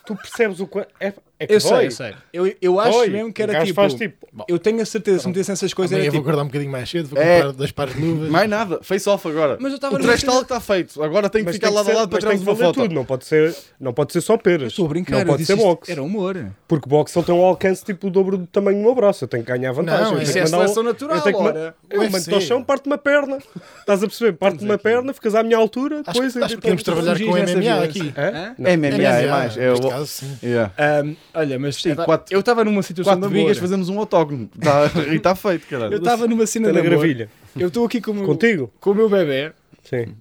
Speaker 4: tu percebes o quanto... É, é que
Speaker 3: Eu
Speaker 4: dói.
Speaker 3: sei, eu sei. Eu, eu acho
Speaker 4: Dói.
Speaker 3: mesmo que
Speaker 4: O
Speaker 3: era
Speaker 4: gajo
Speaker 3: tipo,
Speaker 4: faz tipo-
Speaker 3: Eu tenho a certeza, se me dissem essas coisas,
Speaker 2: Amanhã
Speaker 3: era
Speaker 2: vou
Speaker 3: tipo.
Speaker 2: acordar um bocadinho mais cedo, vou
Speaker 1: É.
Speaker 2: comprar dois pares de luvas.
Speaker 1: Mais nada. Face off agora.
Speaker 3: Mas eu estava
Speaker 1: o
Speaker 3: numa
Speaker 1: trash
Speaker 3: cena-
Speaker 1: talk está feito. Agora tem que
Speaker 4: Mas
Speaker 1: ficar
Speaker 4: tem
Speaker 1: lado a
Speaker 4: ser-
Speaker 1: lado para
Speaker 4: mas tem
Speaker 1: tirarmos
Speaker 4: que
Speaker 1: uma
Speaker 4: valer
Speaker 1: foto.
Speaker 4: Tudo. Não, pode ser, não pode ser só peras.
Speaker 3: tipo, Estou a brincar,
Speaker 4: Não
Speaker 3: eu
Speaker 4: pode
Speaker 3: disse
Speaker 4: ser
Speaker 3: isto
Speaker 4: boxe.
Speaker 3: Era humor.
Speaker 4: Porque boxe ele tem um alcance tipo o dobro do tamanho do meu braço. Eu tenho que ganhar vantagem.
Speaker 2: Não,
Speaker 4: Eu
Speaker 2: isso
Speaker 4: tenho
Speaker 2: é
Speaker 4: que mandar
Speaker 3: seleção
Speaker 4: um-
Speaker 3: natural,
Speaker 4: Eu, tenho que ma-
Speaker 3: ora.
Speaker 4: eu
Speaker 2: UFC.
Speaker 4: mando-te ao chão, parte uma perna. Estás a perceber? Parte uma perna, ficas à minha altura,
Speaker 2: Acho,
Speaker 4: depois...
Speaker 2: acho que podemos trabalhar com
Speaker 3: nessa
Speaker 2: MMA
Speaker 3: violência.
Speaker 2: aqui.
Speaker 4: Hã?
Speaker 1: É MMA, é
Speaker 2: MMA,
Speaker 1: mais. É
Speaker 2: neste
Speaker 1: o...
Speaker 2: caso, sim.
Speaker 1: Yeah.
Speaker 3: Ahm, olha, mas é
Speaker 1: quatro-
Speaker 3: eu estava numa situação
Speaker 1: Quatro
Speaker 3: de amor.
Speaker 1: brigas, fazemos um autógono. Tá- E está feito,
Speaker 3: Eu
Speaker 1: caralho.
Speaker 3: estava numa cena
Speaker 4: Está
Speaker 3: de
Speaker 4: na
Speaker 3: amor. Hum.
Speaker 4: gravilha.
Speaker 3: Eu estou aqui com o meu,
Speaker 4: Contigo?
Speaker 3: com o meu bebê,
Speaker 4: Sim.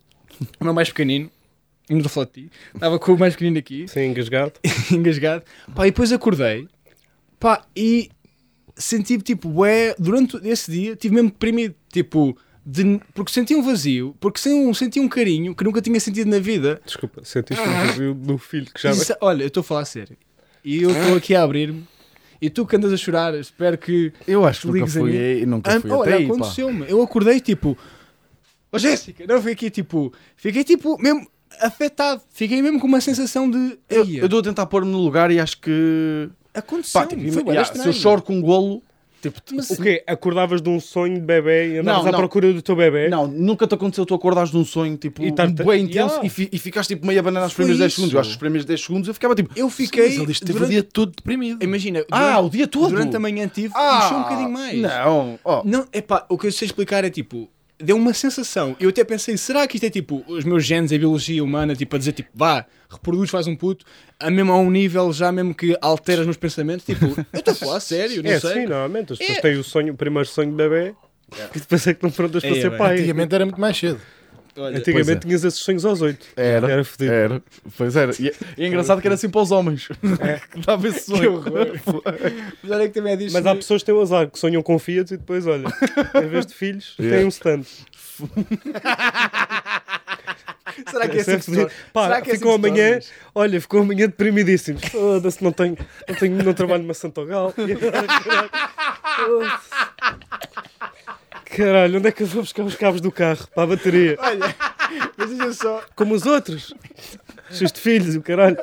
Speaker 3: o meu mais pequenino. Não estou a falar de ti. Estava com o mais pequenino aqui.
Speaker 4: Sim, engasgado.
Speaker 3: engasgado. Pá, e depois acordei, pá, e senti tipo, ué, durante esse dia tive mesmo deprimido, tipo, de- porque senti um vazio, porque sem um- senti um carinho que nunca tinha sentido na vida.
Speaker 4: Desculpa, sentiste um vazio do filho que já...
Speaker 3: E sa- olha, eu estou a falar a sério. E eu estou aqui a abrir-me. E tu que andas a chorar, espero que.
Speaker 1: Eu acho que nunca
Speaker 3: Ligues a mim.
Speaker 1: fui, e nunca
Speaker 3: Ah,
Speaker 1: fui até
Speaker 3: olha,
Speaker 1: aí, pá.
Speaker 3: aconteceu-me. Eu acordei tipo. Ó Jéssica, não fiquei tipo. Fiquei tipo mesmo afetado. Fiquei mesmo com uma sensação de.
Speaker 1: Eu
Speaker 3: "Eia,
Speaker 1: eu estou a tentar pôr-me no lugar e acho que.
Speaker 3: Aconteceu.
Speaker 1: Pá, tipo,
Speaker 3: foi bué
Speaker 1: yeah, se eu
Speaker 3: estranho.
Speaker 1: choro com um golo.
Speaker 3: Mas-
Speaker 4: O quê? Acordavas de um sonho de bebê e andavas
Speaker 1: Não,
Speaker 4: à
Speaker 1: não.
Speaker 4: procura do teu bebê?
Speaker 1: Não, nunca te aconteceu tu acordares de um sonho tipo,
Speaker 4: E tar-
Speaker 1: bem intenso
Speaker 4: Yeah.
Speaker 1: e, fi- e ficaste tipo meia banana aos
Speaker 3: tá Foi
Speaker 1: primeiros 10
Speaker 3: isso.
Speaker 1: segundos. Eu acho que os primeiros 10 segundos eu ficava tipo.
Speaker 3: Eu fiquei.
Speaker 2: Mas ele esteve
Speaker 3: durante-
Speaker 2: o dia todo deprimido.
Speaker 3: Imagina,
Speaker 1: Ah,
Speaker 3: durante-
Speaker 1: o dia todo?
Speaker 3: Durante a manhã tive,
Speaker 1: Ah,
Speaker 3: mexeu um bocadinho mais.
Speaker 1: Não, ó.
Speaker 3: Não, epá, o que eu sei explicar é tipo, deu uma sensação. Eu até pensei, será que isto é tipo os meus genes, a biologia humana, tipo, a dizer tipo, vá, reproduz, faz um puto, a mesmo a um nível já mesmo que altera os meus pensamentos, tipo, eu estou a falar a sério, não
Speaker 4: é
Speaker 3: sei.
Speaker 4: sim, normalmente. As pessoas
Speaker 3: É.
Speaker 4: têm o sonho, o primeiro sonho de bebê e depois é que não prontas para
Speaker 3: É,
Speaker 4: ser
Speaker 3: bem.
Speaker 4: pai.
Speaker 2: Antigamente era muito mais cedo.
Speaker 3: Olha,
Speaker 4: Antigamente tinhas esses sonhos aos oito.
Speaker 1: Era,
Speaker 4: Era fodido.
Speaker 1: Era, pois era. E, e é engraçado que era assim para os homens. Dava esse
Speaker 3: É. que
Speaker 1: sonho.
Speaker 3: horror. Mas olha que também é disto.
Speaker 4: Mas há pessoas que têm o azar, que sonham com filhos e depois, olha, em vez de filhos, têm um stand.
Speaker 3: Será que é assim que se torna?
Speaker 4: Pá,
Speaker 3: Será que é assim
Speaker 4: ficou
Speaker 3: que se
Speaker 4: amanhã,
Speaker 3: torna?
Speaker 4: olha, ficou amanhã deprimidíssimo. Foda-se, não tenho, não tenho, não trabalho numa Santogal. E agora, caralho, foda-se. Caralho, onde é que eu vou buscar os cabos do carro? Para a bateria.
Speaker 3: Olha, mas diz só,
Speaker 4: Como os outros. Cheios de filhos, e o caralho.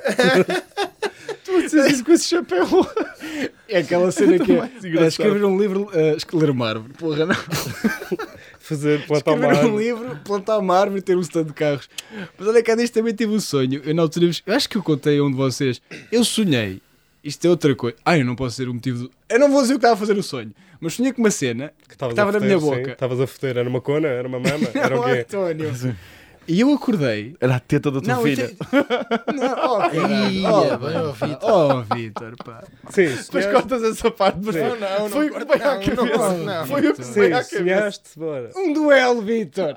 Speaker 1: Vocês isso com esse chapéu.
Speaker 3: É aquela cena que
Speaker 1: mais
Speaker 3: é,
Speaker 1: engraçado.
Speaker 3: é escrever um livro, eh, esque- ler uma árvore. Porra, não.
Speaker 4: Fazer plantar uma
Speaker 3: Escrever um
Speaker 4: árvore.
Speaker 3: livro, plantar uma árvore e ter um stand de carros. Mas olha cá, neste também tive um sonho. Eu na altura, vos- eu acho que eu contei a um de vocês. Eu sonhei. Isto é outra coisa. Ai, eu não posso ser o motivo do... Eu não vou dizer o que estava a fazer o sonho. Mas sonhei com uma cena
Speaker 4: Que
Speaker 3: que
Speaker 4: estavas
Speaker 3: estava
Speaker 4: a
Speaker 3: na
Speaker 4: foder,
Speaker 3: minha
Speaker 4: sim.
Speaker 3: boca.
Speaker 4: Estavas a foder. Era uma cona? Era uma mama? Era o
Speaker 3: Oh,
Speaker 4: quê?
Speaker 3: António. E eu acordei.
Speaker 1: Era a teta da tua
Speaker 3: Não, eu
Speaker 1: filha.
Speaker 3: te- Não, oh, caralho.
Speaker 2: Ia
Speaker 3: Oh,
Speaker 2: é, bem, ó,
Speaker 3: pá.
Speaker 2: Vitor.
Speaker 3: Oh, Vitor, pá.
Speaker 4: Sim,
Speaker 1: Depois
Speaker 4: sonhaste-
Speaker 1: cortas essa parte, mas
Speaker 4: Não,
Speaker 2: não,
Speaker 1: foi o que veio à cabeça. foi o que veio à
Speaker 4: sim,
Speaker 1: cabeça.
Speaker 4: sonhaste. Bora.
Speaker 3: Um duelo, Vitor.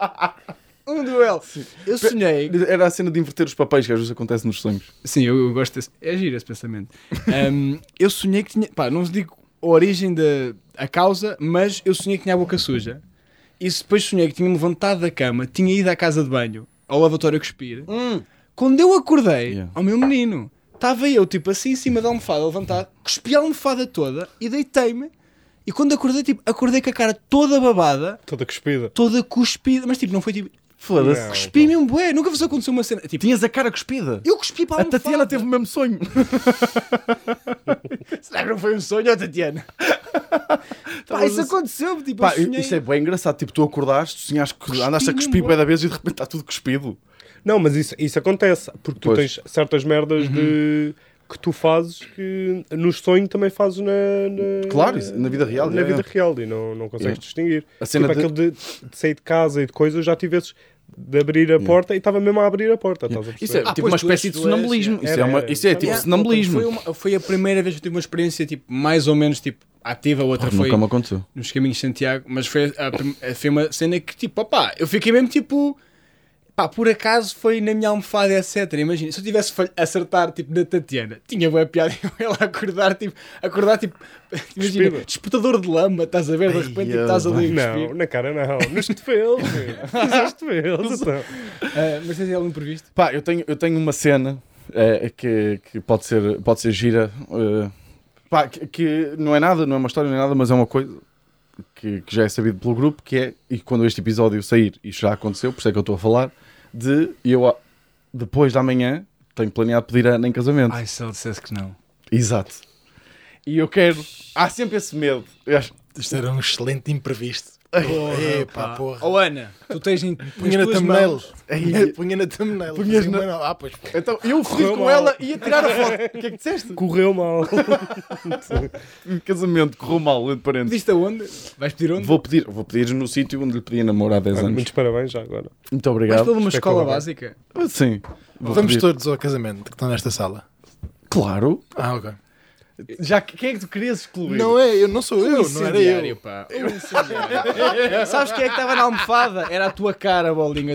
Speaker 3: Um duelo. Eu sonhei.
Speaker 1: Era a cena de inverter os papéis que às vezes acontece nos sonhos.
Speaker 3: Sim, eu, eu gosto desse. É giro esse pensamento. Ahm, eu sonhei que tinha. Pá, não vos digo a origem da a causa, mas eu sonhei que tinha a boca suja. E se depois sonhei que tinha-me levantado da cama, tinha ido à casa de banho, ao lavatório cuspir. Quando eu acordei,
Speaker 1: Yeah.
Speaker 3: ao meu menino, estava eu, tipo, assim em cima da almofada, levantado, cuspi a almofada toda e deitei-me. E quando acordei, tipo, acordei com a cara toda babada,
Speaker 4: Toda cuspida.
Speaker 3: toda cuspida, mas tipo, não foi tipo,
Speaker 1: Foda-se.
Speaker 4: Não.
Speaker 3: cuspi mesmo, bué, nunca vos aconteceu uma cena. Tipo,
Speaker 1: Tinhas a cara cuspida.
Speaker 3: eu cuspi para a
Speaker 1: A
Speaker 3: almofada.
Speaker 1: Tatiana teve o mesmo sonho.
Speaker 3: Será que não foi um sonho, ó, Tatiana? Pá, isso aconteceu, tipo,
Speaker 1: Pá,
Speaker 3: eu sonhei.
Speaker 1: isto é bem engraçado. Tipo, tu acordaste, tu sonhaste que andaste a cuspir bem da vez e de repente está tudo cuspido.
Speaker 4: Não, mas isso, isso acontece. Porque tu
Speaker 1: Pois. Uhum.
Speaker 4: tens certas merdas de... Que tu fazes que no sonho também fazes na, na-
Speaker 1: Claro, isso, na vida real,
Speaker 4: Na
Speaker 1: é,
Speaker 4: vida
Speaker 1: é.
Speaker 4: real e não, não consegues
Speaker 1: É.
Speaker 4: distinguir.
Speaker 1: A cena
Speaker 4: tipo
Speaker 1: de-
Speaker 4: aquele de, de sair de casa e de coisas, já tivesses de abrir a porta e estava mesmo a abrir a porta. Estás a
Speaker 1: Isso é
Speaker 4: perceber?
Speaker 1: tipo
Speaker 3: pois
Speaker 1: uma
Speaker 3: tu
Speaker 1: espécie
Speaker 3: és-
Speaker 1: de
Speaker 3: tu és,
Speaker 1: sonambulismo.
Speaker 4: yeah.
Speaker 1: Isso é,
Speaker 4: Era,
Speaker 1: uma-
Speaker 4: era.
Speaker 1: isso é tipo
Speaker 3: Yeah,
Speaker 1: sonambulismo.
Speaker 3: Foi, uma- foi a primeira vez que eu tive uma experiência, tipo, mais ou menos, tipo, ativa, a outra
Speaker 1: Nunca
Speaker 3: foi
Speaker 1: me aconteceu.
Speaker 3: nos caminhos de Santiago, mas foi, a prim- a- foi uma cena que, tipo, opá, eu fiquei mesmo, tipo, pá, por acaso foi na minha almofada, etc. Imagina, se eu tivesse falha- acertar, tipo, na Tatiana, tinha boa piada ela acordar, tipo, acordar, tipo, imagina,
Speaker 4: Cuspida.
Speaker 3: despertador de lama, estás a ver, de repente, tipo, estás
Speaker 1: é
Speaker 3: ali a cuspir.
Speaker 4: Não, na cara não. Nos cotovelos. meu. Nos cotovelos. então.
Speaker 3: Ah, mas tens algo imprevisto?
Speaker 1: Pá, eu tenho, eu tenho uma cena eh, que, que pode, ser, pode ser gira. eh, pá, que, que não é nada, não é uma história, não é nada, mas é uma coisa que, que já é sabido pelo grupo, que é, e quando este episódio sair, isto já aconteceu, por isso é que eu estou a falar, de eu, ah, depois da manhã, tenho planeado pedir a Ana em casamento.
Speaker 3: Ai, se ele dissesse que não.
Speaker 1: Exato. E eu quero... Há sempre esse medo. Eu acho-
Speaker 2: Isto era um excelente imprevisto. Porra, Epá, porra.
Speaker 3: Oh Ana, tu tens em
Speaker 2: Punha na
Speaker 3: nas tuas
Speaker 2: thumbnail.
Speaker 3: mãos-
Speaker 2: Punha- Punha na thumbnail.
Speaker 1: Punhas
Speaker 2: Fazia
Speaker 1: na-
Speaker 2: uma nova. Ah, pois. pô.
Speaker 1: Então, eu fui
Speaker 4: Correu
Speaker 1: com
Speaker 4: mal.
Speaker 1: ela e ia tirar a foto. O que é que disseste?
Speaker 4: Correu mal.
Speaker 1: Casamento, correu mal, entre parênteses.
Speaker 3: Pediste aonde? Vais pedir onde?
Speaker 1: Vou pedir, vou pedir no sítio onde lhe pedi namoro há 10 anos.
Speaker 4: Muitos parabéns já agora.
Speaker 1: Muito
Speaker 3: Vais
Speaker 1: obrigado.
Speaker 3: pela uma
Speaker 4: Isto é
Speaker 3: escola
Speaker 4: como é.
Speaker 3: básica.
Speaker 1: Ah, Sim. Vou
Speaker 2: Vamos
Speaker 1: pedir.
Speaker 2: todos ao casamento que estão nesta sala.
Speaker 1: Claro.
Speaker 2: Ah, ok.
Speaker 1: Já que- quem é que tu querias excluir?
Speaker 2: Não é, eu não sou eu, não era eu.
Speaker 3: Pá. Um incendiário. Sabes quem é que estava na almofada? Era a tua cara, bolinha.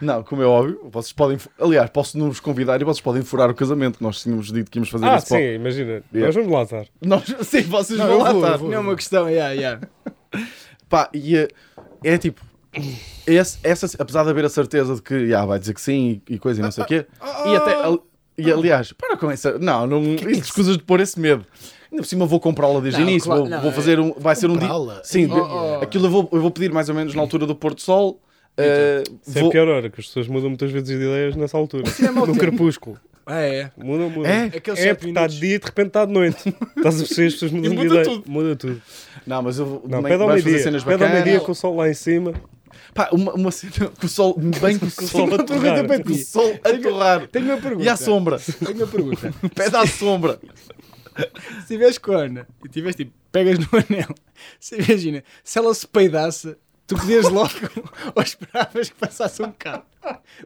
Speaker 1: Não, como é óbvio, vocês podem. Aliás, posso nos convidar e vocês podem furar o casamento que nós tínhamos dito que íamos fazer
Speaker 4: Ah,
Speaker 1: esse po-
Speaker 4: sim, imagina.
Speaker 1: Yeah.
Speaker 4: Nós vamos lá azar.
Speaker 1: Nós... Sim, vocês
Speaker 2: Não,
Speaker 1: vão
Speaker 2: eu
Speaker 1: lá
Speaker 2: vou, eu
Speaker 1: estar.
Speaker 2: vou.
Speaker 3: Não é uma questão, yeah, yeah.
Speaker 1: Pá, e eh, é tipo. esse- essa, apesar de haver a certeza de que ah, vai dizer que sim e, e coisa e não sei o quê. E até.
Speaker 3: Ah,
Speaker 1: al- E aliás, para com essa. Não,
Speaker 3: é
Speaker 1: não. Isso escusas de pôr esse medo. Ainda por cima vou comprá-la desde o
Speaker 3: Não,
Speaker 1: início.
Speaker 3: claro,
Speaker 1: vou,
Speaker 3: não, é
Speaker 1: vou fazer um. Vai ser um dia.
Speaker 2: comprá-la?
Speaker 1: Sim,
Speaker 3: Oh,
Speaker 1: de-
Speaker 3: oh.
Speaker 1: aquilo eu vou, eu vou pedir mais ou menos na altura do Porto Sol. eh,
Speaker 4: Isso é a
Speaker 1: vou-
Speaker 4: pior hora, que as pessoas mudam muitas vezes de ideias nessa altura.
Speaker 3: mau
Speaker 4: No
Speaker 3: tempo.
Speaker 4: crepúsculo.
Speaker 3: Ah, é.
Speaker 4: Mudam, mudam.
Speaker 1: É?
Speaker 3: Aqueles
Speaker 4: É,
Speaker 3: sete
Speaker 4: porque está
Speaker 3: minutos.
Speaker 4: de dia e de repente está de noite. Estás a perceber? As pessoas mudam
Speaker 1: muda
Speaker 4: de ideia.
Speaker 1: tudo.
Speaker 4: Muda tudo.
Speaker 1: Não, mas eu vou.
Speaker 4: Não,
Speaker 1: também
Speaker 4: pede ao
Speaker 1: vais fazer
Speaker 4: meio-dia.
Speaker 1: cenas
Speaker 4: Pede ao
Speaker 1: bacanas.
Speaker 4: meio-dia com o sol lá em cima.
Speaker 1: Pá, uma, uma cena com o sol bem com o sol,
Speaker 4: sol a torrar.
Speaker 1: com o sol a torrar.
Speaker 3: Tenho uma pergunta.
Speaker 1: E à sombra.
Speaker 3: Tenho uma pergunta.
Speaker 1: Pede à sombra.
Speaker 3: se estiveres com a Ana e tiveres tipo, pegas no anel, se imagina, se ela se peidasse, tu pedias logo ou esperavas que passasse um bocado.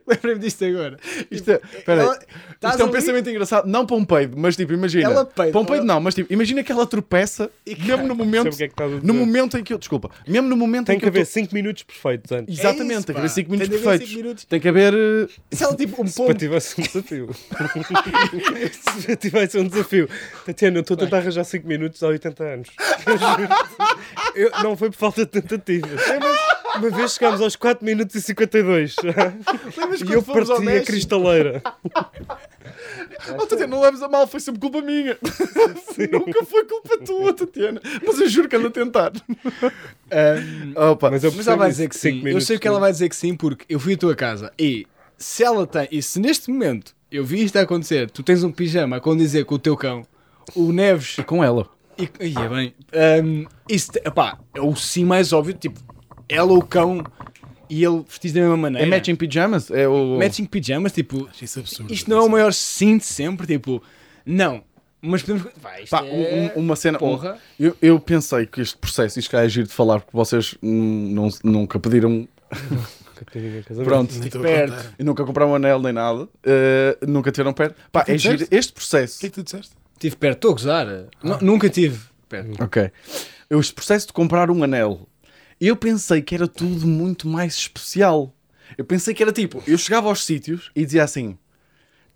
Speaker 3: Lembrei-me disto agora.
Speaker 1: Isto é, peraí,
Speaker 3: Ela-
Speaker 1: isto é
Speaker 3: estás
Speaker 1: um
Speaker 3: ali-
Speaker 1: pensamento engraçado, não para um peido, mas tipo, imagina.
Speaker 3: Ela peida,
Speaker 1: para um peido
Speaker 3: ela-
Speaker 1: não, mas tipo, imagina que ela tropeça e mesmo no
Speaker 4: Sabe
Speaker 1: momento,
Speaker 4: o que é que estás a dizer?
Speaker 1: no momento em que eu, desculpa, mesmo no momento
Speaker 4: Tem
Speaker 1: em
Speaker 4: que
Speaker 1: que, eu
Speaker 4: haver
Speaker 1: tô-
Speaker 4: 5 minutos perfeitos antes.
Speaker 1: Exatamente,
Speaker 3: É
Speaker 1: tem
Speaker 3: isso,
Speaker 1: que
Speaker 3: pá.
Speaker 1: haver 5 minutos
Speaker 3: Tem de haver
Speaker 1: perfeitos.
Speaker 3: cinco minutos.
Speaker 1: Tem que haver. eh,
Speaker 3: Se ela tipo um
Speaker 4: Para
Speaker 3: ponto.
Speaker 4: ti vai ser um desafio. Para ti vai ser um desafio. Tatiana, eu estou a tentar arranjar 5 minutos há 80 anos. Eu juro-te. Eu- não foi por falta de tentativas.
Speaker 1: É,
Speaker 4: Uma vez chegámos aos 4 minutos e 52. e eu
Speaker 1: fomos ao
Speaker 4: parti a
Speaker 1: México?
Speaker 4: cristaleira.
Speaker 1: Oh, Tatiana, não leves a mal, foi sempre culpa minha. Nunca foi culpa tua, Tatiana. Mas eu juro que ando a tentar.
Speaker 3: Ahm,
Speaker 1: Opa. é
Speaker 4: Hum,
Speaker 3: mas
Speaker 4: Mas eu
Speaker 3: ela
Speaker 4: percebo
Speaker 3: vai
Speaker 4: isso,
Speaker 3: dizer que
Speaker 4: cinco
Speaker 3: sim. Eu
Speaker 4: minutos,
Speaker 3: sei que ela vai dizer que sim porque eu fui à tua casa e se ela tem, e se neste momento eu vi isto a acontecer, tu tens um pijama a condizer com o teu cão, o Neves
Speaker 1: Com ela.
Speaker 3: e, e é bem. ahm, isso, te- epá, é o sim mais óbvio. Tipo, ela, o cão e ele vestidos da mesma
Speaker 1: É,
Speaker 3: maneira.
Speaker 1: matching pajamas? É o.
Speaker 3: matching pijamas. Tipo,
Speaker 2: Isso é absurdo.
Speaker 3: isto não é o maior sim de sempre. Tipo, não. Mas podemos. Pá, isto
Speaker 1: Pá,
Speaker 3: é...
Speaker 1: um- um- uma cena. um-
Speaker 3: porra.
Speaker 1: eu, eu pensei que este processo, isto cá é giro de falar, porque vocês hum, não- nunca pediram.
Speaker 4: Nunca te digo em casamento.
Speaker 1: Pronto, tipo,
Speaker 2: Nem estou a
Speaker 3: perto.
Speaker 2: contar.
Speaker 1: e nunca compraram um anel nem nada, uh, nunca tiveram perto. Pá,
Speaker 2: que
Speaker 1: é
Speaker 2: disseste?
Speaker 1: giro. Este
Speaker 2: O
Speaker 1: processo.
Speaker 2: que é que tu disseste?
Speaker 3: Tive perto, estou a gozar. Nu- Nunca tive perto.
Speaker 1: Ok. Este processo de comprar um anel. Eu pensei que era tudo muito mais especial. Eu pensei que era tipo, eu chegava aos sítios e dizia assim.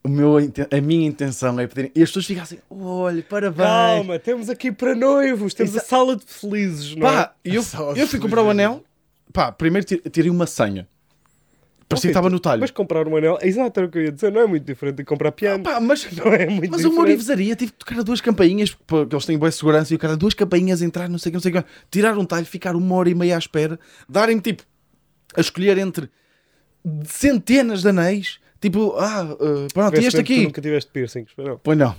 Speaker 1: O meu, inten- a minha intenção é pedir. E as pessoas ficavam assim: olha, parabéns.
Speaker 4: Calma, temos aqui para noivos, temos a
Speaker 1: Exa-
Speaker 4: sala de felizes, não é?
Speaker 1: Pá, eu, eu fui comprar o anel. Pá, primeiro ti- tirei uma senha. Parecia que
Speaker 4: Ok,
Speaker 1: estava no talho. Ah,
Speaker 4: Mas comprar um anel, exato, era o que eu ia dizer, não é muito diferente de comprar piano.
Speaker 1: Pá, mas,
Speaker 4: não é muito
Speaker 1: mas
Speaker 4: diferente.
Speaker 1: uma orivesaria, tive que tocar a duas campainhas, porque eles têm boa segurança, e o cara, duas campainhas, entrar, não sei o que, não sei o que, tirar um talho, ficar uma hora e meia à espera, darem-me tipo, a escolher entre centenas de anéis, tipo, ah, eh, pronto, e este
Speaker 4: Tivesse mesmo que tu
Speaker 1: aqui?
Speaker 4: Nunca tiveste piercings, mas não,
Speaker 1: Pois não.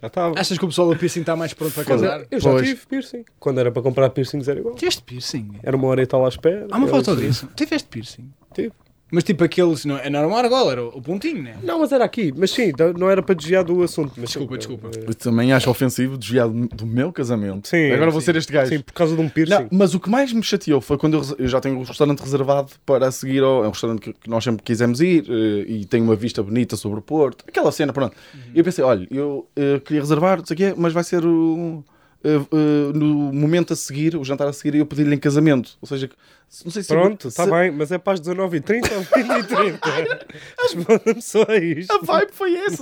Speaker 4: já estava.
Speaker 3: Achas que o pessoal do piercing está mais pronto para
Speaker 4: Quer dizer,
Speaker 3: casar?
Speaker 4: eu já
Speaker 1: Pois.
Speaker 4: tive piercing. Quando era para comprar piercings era igual.
Speaker 3: Tiveste piercing?
Speaker 4: Era uma hora e tal à espera.
Speaker 3: Há uma
Speaker 4: era
Speaker 3: foto
Speaker 4: assim.
Speaker 3: disso. Tiveste piercing?
Speaker 4: Tive.
Speaker 3: Mas tipo aqueles. Não, não era uma argola, era o o pontinho, né?
Speaker 4: Não, mas era aqui. Mas sim, da- não era para desviar do assunto. Mas
Speaker 3: Desculpa,
Speaker 4: sim,
Speaker 3: desculpa.
Speaker 4: eh,
Speaker 1: Eu também acho ofensivo desviar do do meu casamento.
Speaker 4: Sim,
Speaker 1: Agora vou
Speaker 4: sim.
Speaker 1: ser este gajo.
Speaker 4: Sim, por causa de um piercing.
Speaker 1: Não, mas o que mais me chateou foi quando eu, res- eu já tenho o restaurante reservado para a seguir ao é um restaurante que, que nós sempre quisemos ir eh, e tem uma vista bonita sobre o Porto, aquela cena, pronto.
Speaker 4: Uhum.
Speaker 1: E eu pensei, olha, eu eh, queria reservar, não sei o quê, mas vai ser o, eh, eh, no momento a seguir, o jantar a seguir, e eu pedi-lhe em casamento. Ou seja, se- não sei se.
Speaker 4: Pronto, está
Speaker 1: se-
Speaker 4: bem, mas é para as 19h30 ou 20h30. Responda-me só a isto.
Speaker 1: A vibe foi essa.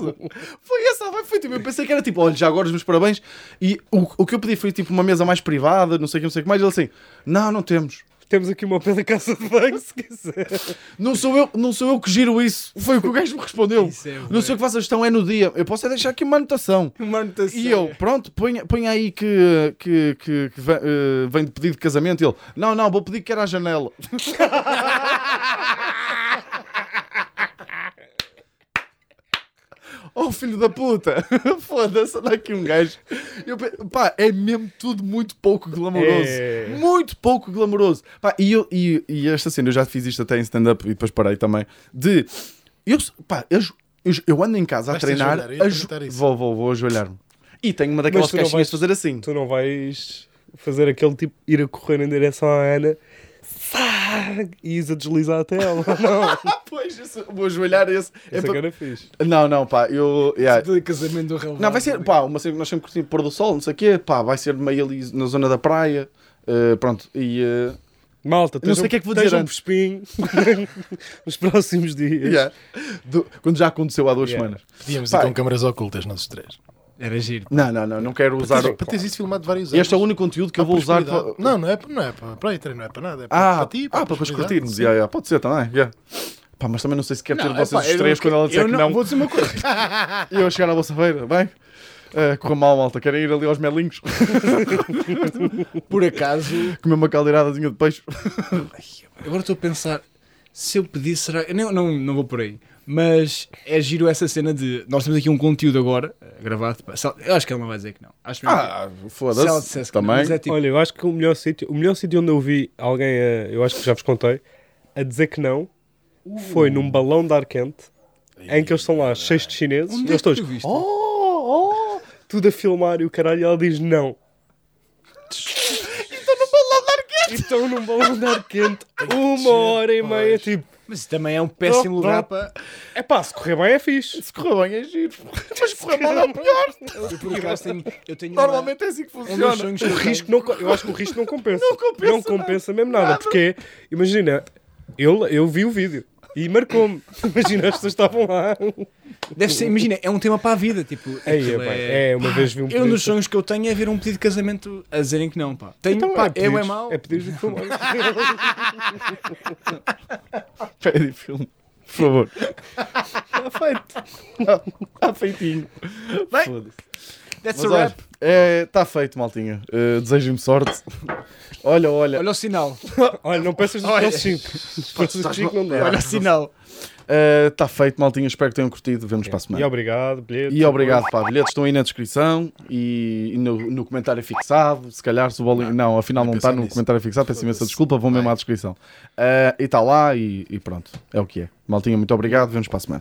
Speaker 1: Foi essa a vibe. Foi tipo, eu pensei que era tipo, olha, já agora os meus parabéns. E o, o que eu pedi foi tipo uma mesa mais privada, não sei o que, não sei o que mais. Ele assim, não, não temos.
Speaker 4: Temos aqui uma pela casa de banho, se quiser.
Speaker 1: Não sou, eu, não sou eu que giro isso. Foi o que o gajo me respondeu.
Speaker 3: Isso é bué.
Speaker 1: não sou eu que faço a gestão, é no dia. Eu posso é deixar aqui uma anotação.
Speaker 3: Uma anotação.
Speaker 1: E eu, pronto, põe, põe aí que, que, que, que vem, eh, vem de pedido de casamento. E ele, não, não, vou pedir que era à janela. Oh filho da puta, foda-se, anda aqui um gajo. Eu, pe- pá, é mesmo tudo muito pouco glamouroso.
Speaker 4: É.
Speaker 1: Muito pouco glamouroso. Pá, e, eu, e, e esta cena, eu já fiz isto até em stand-up e depois parei também. De. Eu, pá, eu, jo- eu, jo- eu ando em casa a
Speaker 2: Vais-te
Speaker 1: treinar.
Speaker 2: ajoelhar, eu ia
Speaker 1: ajo-
Speaker 2: perguntar isso.
Speaker 1: vou, vou, vou ajoelhar-me. E tenho uma daquelas
Speaker 4: Mas tu não
Speaker 1: caixinhas
Speaker 4: vais-
Speaker 1: de fazer assim.
Speaker 4: Tu não vais fazer aquele tipo, ir a correr em direção à Ana sá, e ires a deslizar até ela. Não,
Speaker 1: Ah, pois, isso- vou ajoelhar esse. é
Speaker 4: isso
Speaker 1: pa-
Speaker 4: é que era fixe.
Speaker 1: Não, não, pá, eu. yeah.
Speaker 3: Do casamento é do né? relevado.
Speaker 1: Não, vai ser, pá, uma cena que nós sempre curtimos pôr do sol, não sei o quê, pá, vai ser meio ali na zona da praia. eh, pronto, e. eh,
Speaker 4: Malta,
Speaker 1: não sei o que é que vou dizer
Speaker 4: um
Speaker 1: antes.
Speaker 4: pespinho nos próximos dias.
Speaker 1: Yeah. Do- quando já aconteceu há duas
Speaker 4: Yeah.
Speaker 1: semanas.
Speaker 2: Podíamos ir
Speaker 1: Pá.
Speaker 2: com câmaras ocultas, nós os três.
Speaker 3: Era giro.
Speaker 1: Não, não, não, não quero usar.
Speaker 2: Para teres isso filmado vários anos.
Speaker 1: Este é o único conteúdo que eu vou usar.
Speaker 2: Para...
Speaker 1: para-
Speaker 2: Não, não é, para- não é para, para aí, não é para nada. É para,
Speaker 1: Ah,
Speaker 2: para ti,
Speaker 1: ah, para depois
Speaker 2: prosperidade.
Speaker 1: curtirmos.
Speaker 2: Sim.
Speaker 1: Yeah, yeah, Pode ser também. yeah. Pá, mas também não sei se quero ter
Speaker 3: Não,
Speaker 1: vocês
Speaker 3: epá,
Speaker 1: os
Speaker 3: eu
Speaker 1: três
Speaker 3: não-
Speaker 1: quando ela disser
Speaker 3: eu
Speaker 1: que
Speaker 3: não,
Speaker 1: não.
Speaker 3: Vou dizer uma coisa.
Speaker 1: E eu a chegar à vossa feira, bem? Ah, corra mal, malta. Querem ir ali aos melinhos?
Speaker 3: Por acaso,
Speaker 1: Comer uma caldeiradazinha de peixe?
Speaker 3: agora estou a pensar, se eu pedisse, será. Eu não, não, não vou por aí. Mas é giro essa cena de. Nós temos aqui um conteúdo agora, eh, gravado. pá, se ela- Eu acho que ela não vai dizer que não. Acho mesmo que-
Speaker 1: Ah,
Speaker 3: se ela
Speaker 1: foda-se.
Speaker 3: dissesse que não,
Speaker 1: Também.
Speaker 3: mas é tipo,
Speaker 4: Olha, eu acho que o melhor sítio, o melhor sítio onde eu vi alguém, a- eu acho que já vos contei, a dizer que não,
Speaker 1: Uh.
Speaker 4: foi num balão de ar quente, em que eles estão lá cheios de chineses, e
Speaker 3: onde é
Speaker 4: eles
Speaker 3: que
Speaker 4: todos,
Speaker 3: tu viste?
Speaker 4: oh, oh, tudo a filmar e o caralho, e ela diz não. Estão num balão de ar quente. uma hora e meia, tipo,
Speaker 3: Mas isso também é um péssimo
Speaker 1: Oh,
Speaker 4: Não,
Speaker 3: lugar
Speaker 4: não.
Speaker 3: para.
Speaker 4: é pá, se correr bem é fixe.
Speaker 1: Se correr bem é giro. Mas se correr mal é o pior.
Speaker 3: Eu, por acaso, tenho, eu tenho uma-
Speaker 1: Normalmente é assim que
Speaker 3: um dos
Speaker 1: funciona.
Speaker 3: sonhos que eu
Speaker 4: O
Speaker 3: tenho.
Speaker 4: risco não, co- eu acho que o risco não compensa. Não
Speaker 1: compensa
Speaker 4: mesmo nada, porque imagina, eu, eu vi o vídeo e marcou-me. Imagina, as pessoas estavam lá.
Speaker 3: Deve ser, imagina, é um tema para a vida. Tipo,
Speaker 4: Aí, é,
Speaker 3: aquilo
Speaker 4: bem, é, uma vez vi um
Speaker 3: Eu, um dos
Speaker 4: pedido.
Speaker 3: sonhos que eu tenho é ver um pedido de casamento a dizerem que não, pá. Tenho,
Speaker 4: Então,
Speaker 3: pá,
Speaker 4: é
Speaker 3: eu é
Speaker 4: pedidos,
Speaker 3: mau.
Speaker 4: É pedidos de filmar.
Speaker 1: Pede filme. Por favor.
Speaker 4: Está feito.
Speaker 1: Há feitinho. Bem,
Speaker 3: That's
Speaker 1: Mas
Speaker 3: a
Speaker 1: olha,
Speaker 3: rap.
Speaker 1: está feito, maltinha. Eh, Desejo-me sorte. Olha, olha.
Speaker 3: Olha o sinal.
Speaker 4: Olha, não peças dos
Speaker 3: Olha.
Speaker 4: teus cinco. Os teus cinco não dá.
Speaker 3: Olha o sinal.
Speaker 1: Está Eh, tá feito, maltinha. Espero que tenham curtido. Vemos para a
Speaker 4: E
Speaker 1: semana.
Speaker 4: obrigado, bilhete.
Speaker 1: E obrigado, pá. Bilhetes estão aí na descrição e, e no, no comentário fixado. Se calhar, se o bolinho. Não, afinal não
Speaker 2: nem
Speaker 1: está
Speaker 2: pensei
Speaker 1: no
Speaker 2: nisso.
Speaker 1: comentário fixado. Peço imensa
Speaker 2: Foda-se.
Speaker 1: desculpa, vou mesmo à descrição. Eh, e está lá e, e pronto. É o que é. Maltinha, muito obrigado. Vemos para a semana.